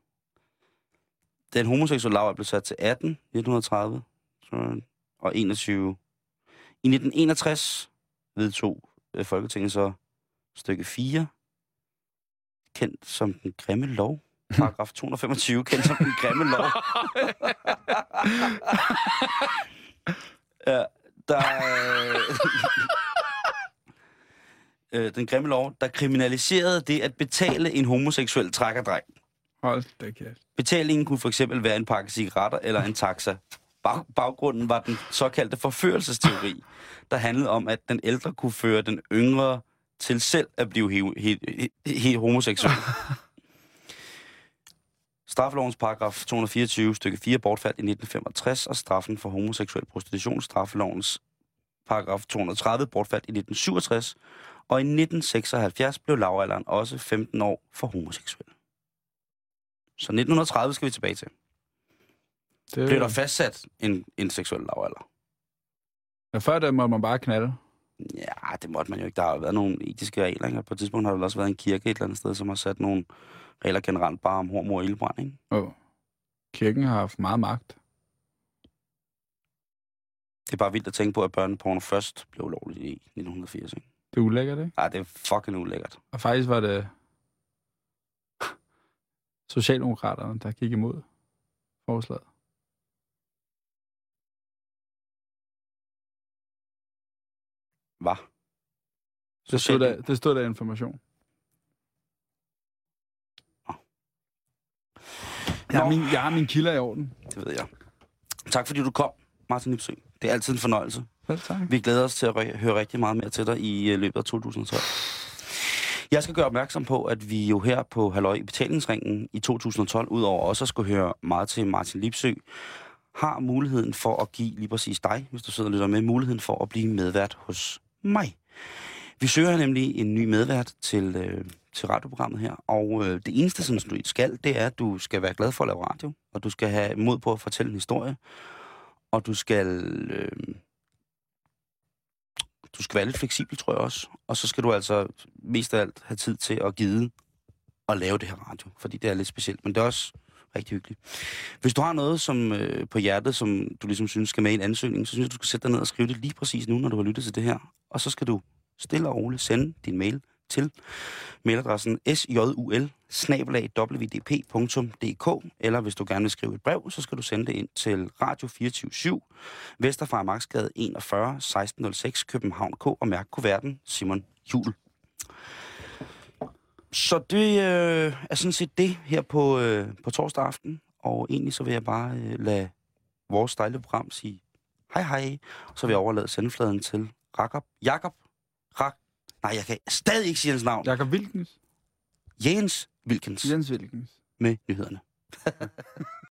[SPEAKER 2] Den homoseksuelle lavalder blev sat til 18 1930 sådan, og 21. I 1961 vedtog øh, Folketinget så stykke 4, kendt som den grimme lov. Paragraf 225, kendt som den grimme lov. Ja, der... Øh, øh, den grimme lov, der kriminaliserede det at betale en homoseksuel trækkerdreng.
[SPEAKER 3] Hold da kæft.
[SPEAKER 2] Betalingen kunne for eksempel være en pakke cigaretter eller en taxa. Bag- baggrunden var den såkaldte forførelsesteori, der handlede om, at den ældre kunne føre den yngre til selv at blive he- he- he- he- homoseksuel. Straffelovens paragraf 224 stykke 4 bortfaldt i 1965, og straffen for homoseksuel prostitution, straffelovens paragraf 230 bortfaldt i 1967, og i 1976 blev lavalderen også 15 år for homoseksuel. Så 1930 skal vi tilbage til.
[SPEAKER 3] Det,
[SPEAKER 2] Blev der fastsat en, en seksuel lavalder?
[SPEAKER 3] Ja, før der måtte man bare knalde.
[SPEAKER 2] Ja, det måtte man jo ikke. Der har jo været nogle etiske regler. Ikke? På et tidspunkt har der vel også været en kirke et eller andet sted, som har sat nogle regler generelt bare om hormor og ildbrand. Ikke?
[SPEAKER 3] Åh. Kirken har haft meget magt.
[SPEAKER 2] Det er bare vildt at tænke på, at børneporno først blev ulovligt i 1980. Ikke?
[SPEAKER 3] Det er ulækkert, ikke?
[SPEAKER 2] Ej, det er fucking ulækkert.
[SPEAKER 3] Og faktisk var det Socialdemokraterne, der gik imod forslaget.
[SPEAKER 2] Hvad?
[SPEAKER 3] Det stod, der, det stod der i information. Jeg har, min, jeg har min kilder i orden.
[SPEAKER 2] Det ved jeg. Tak fordi du kom, Martin Lipsø. Det er altid en fornøjelse.
[SPEAKER 3] Selv tak.
[SPEAKER 2] Vi glæder os til at re- høre rigtig meget mere til dig i øh, løbet af 2012. Jeg skal gøre opmærksom på, at vi jo her på Halløj i Betalingsringen i 2012, udover også at skulle høre meget til Martin Lipsø, har muligheden for at give lige præcis dig, hvis du sidder og lytter med, muligheden for at blive medvært hos mig. Vi søger nemlig en ny medvært til, øh, til radioprogrammet her, og øh, det eneste, som du skal, det er, at du skal være glad for at lave radio, og du skal have mod på at fortælle en historie, og du skal... Øh, du skal være lidt fleksibel, tror jeg også. Og så skal du altså mest af alt have tid til at gide at lave det her radio, fordi det er lidt specielt, men det er også rigtig hyggeligt. Hvis du har noget som, øh, på hjertet, som du ligesom synes skal med i en ansøgning, så synes jeg, du skal sætte dig ned og skrive det lige præcis nu, når du har lyttet til det her. Og så skal du stille og roligt sende din mail til mailadressen sjul wdp.dk eller hvis du gerne vil skrive et brev, så skal du sende det ind til Radio 247 Vesterfar Magtsgade 41 1606 København K og mærk kuverten Simon Jul. Så det øh, er sådan set det her på, øh, på torsdag aften, og egentlig så vil jeg bare øh, lade vores dejlige program sige hej hej, og så vil jeg overlade sendefladen til Jakob. Jakob? Rak? Nej, jeg kan stadig ikke sige hans navn.
[SPEAKER 3] Jakob Wilkens.
[SPEAKER 2] Jens Wilkins
[SPEAKER 3] Jens Wilkens.
[SPEAKER 2] med nyhederne.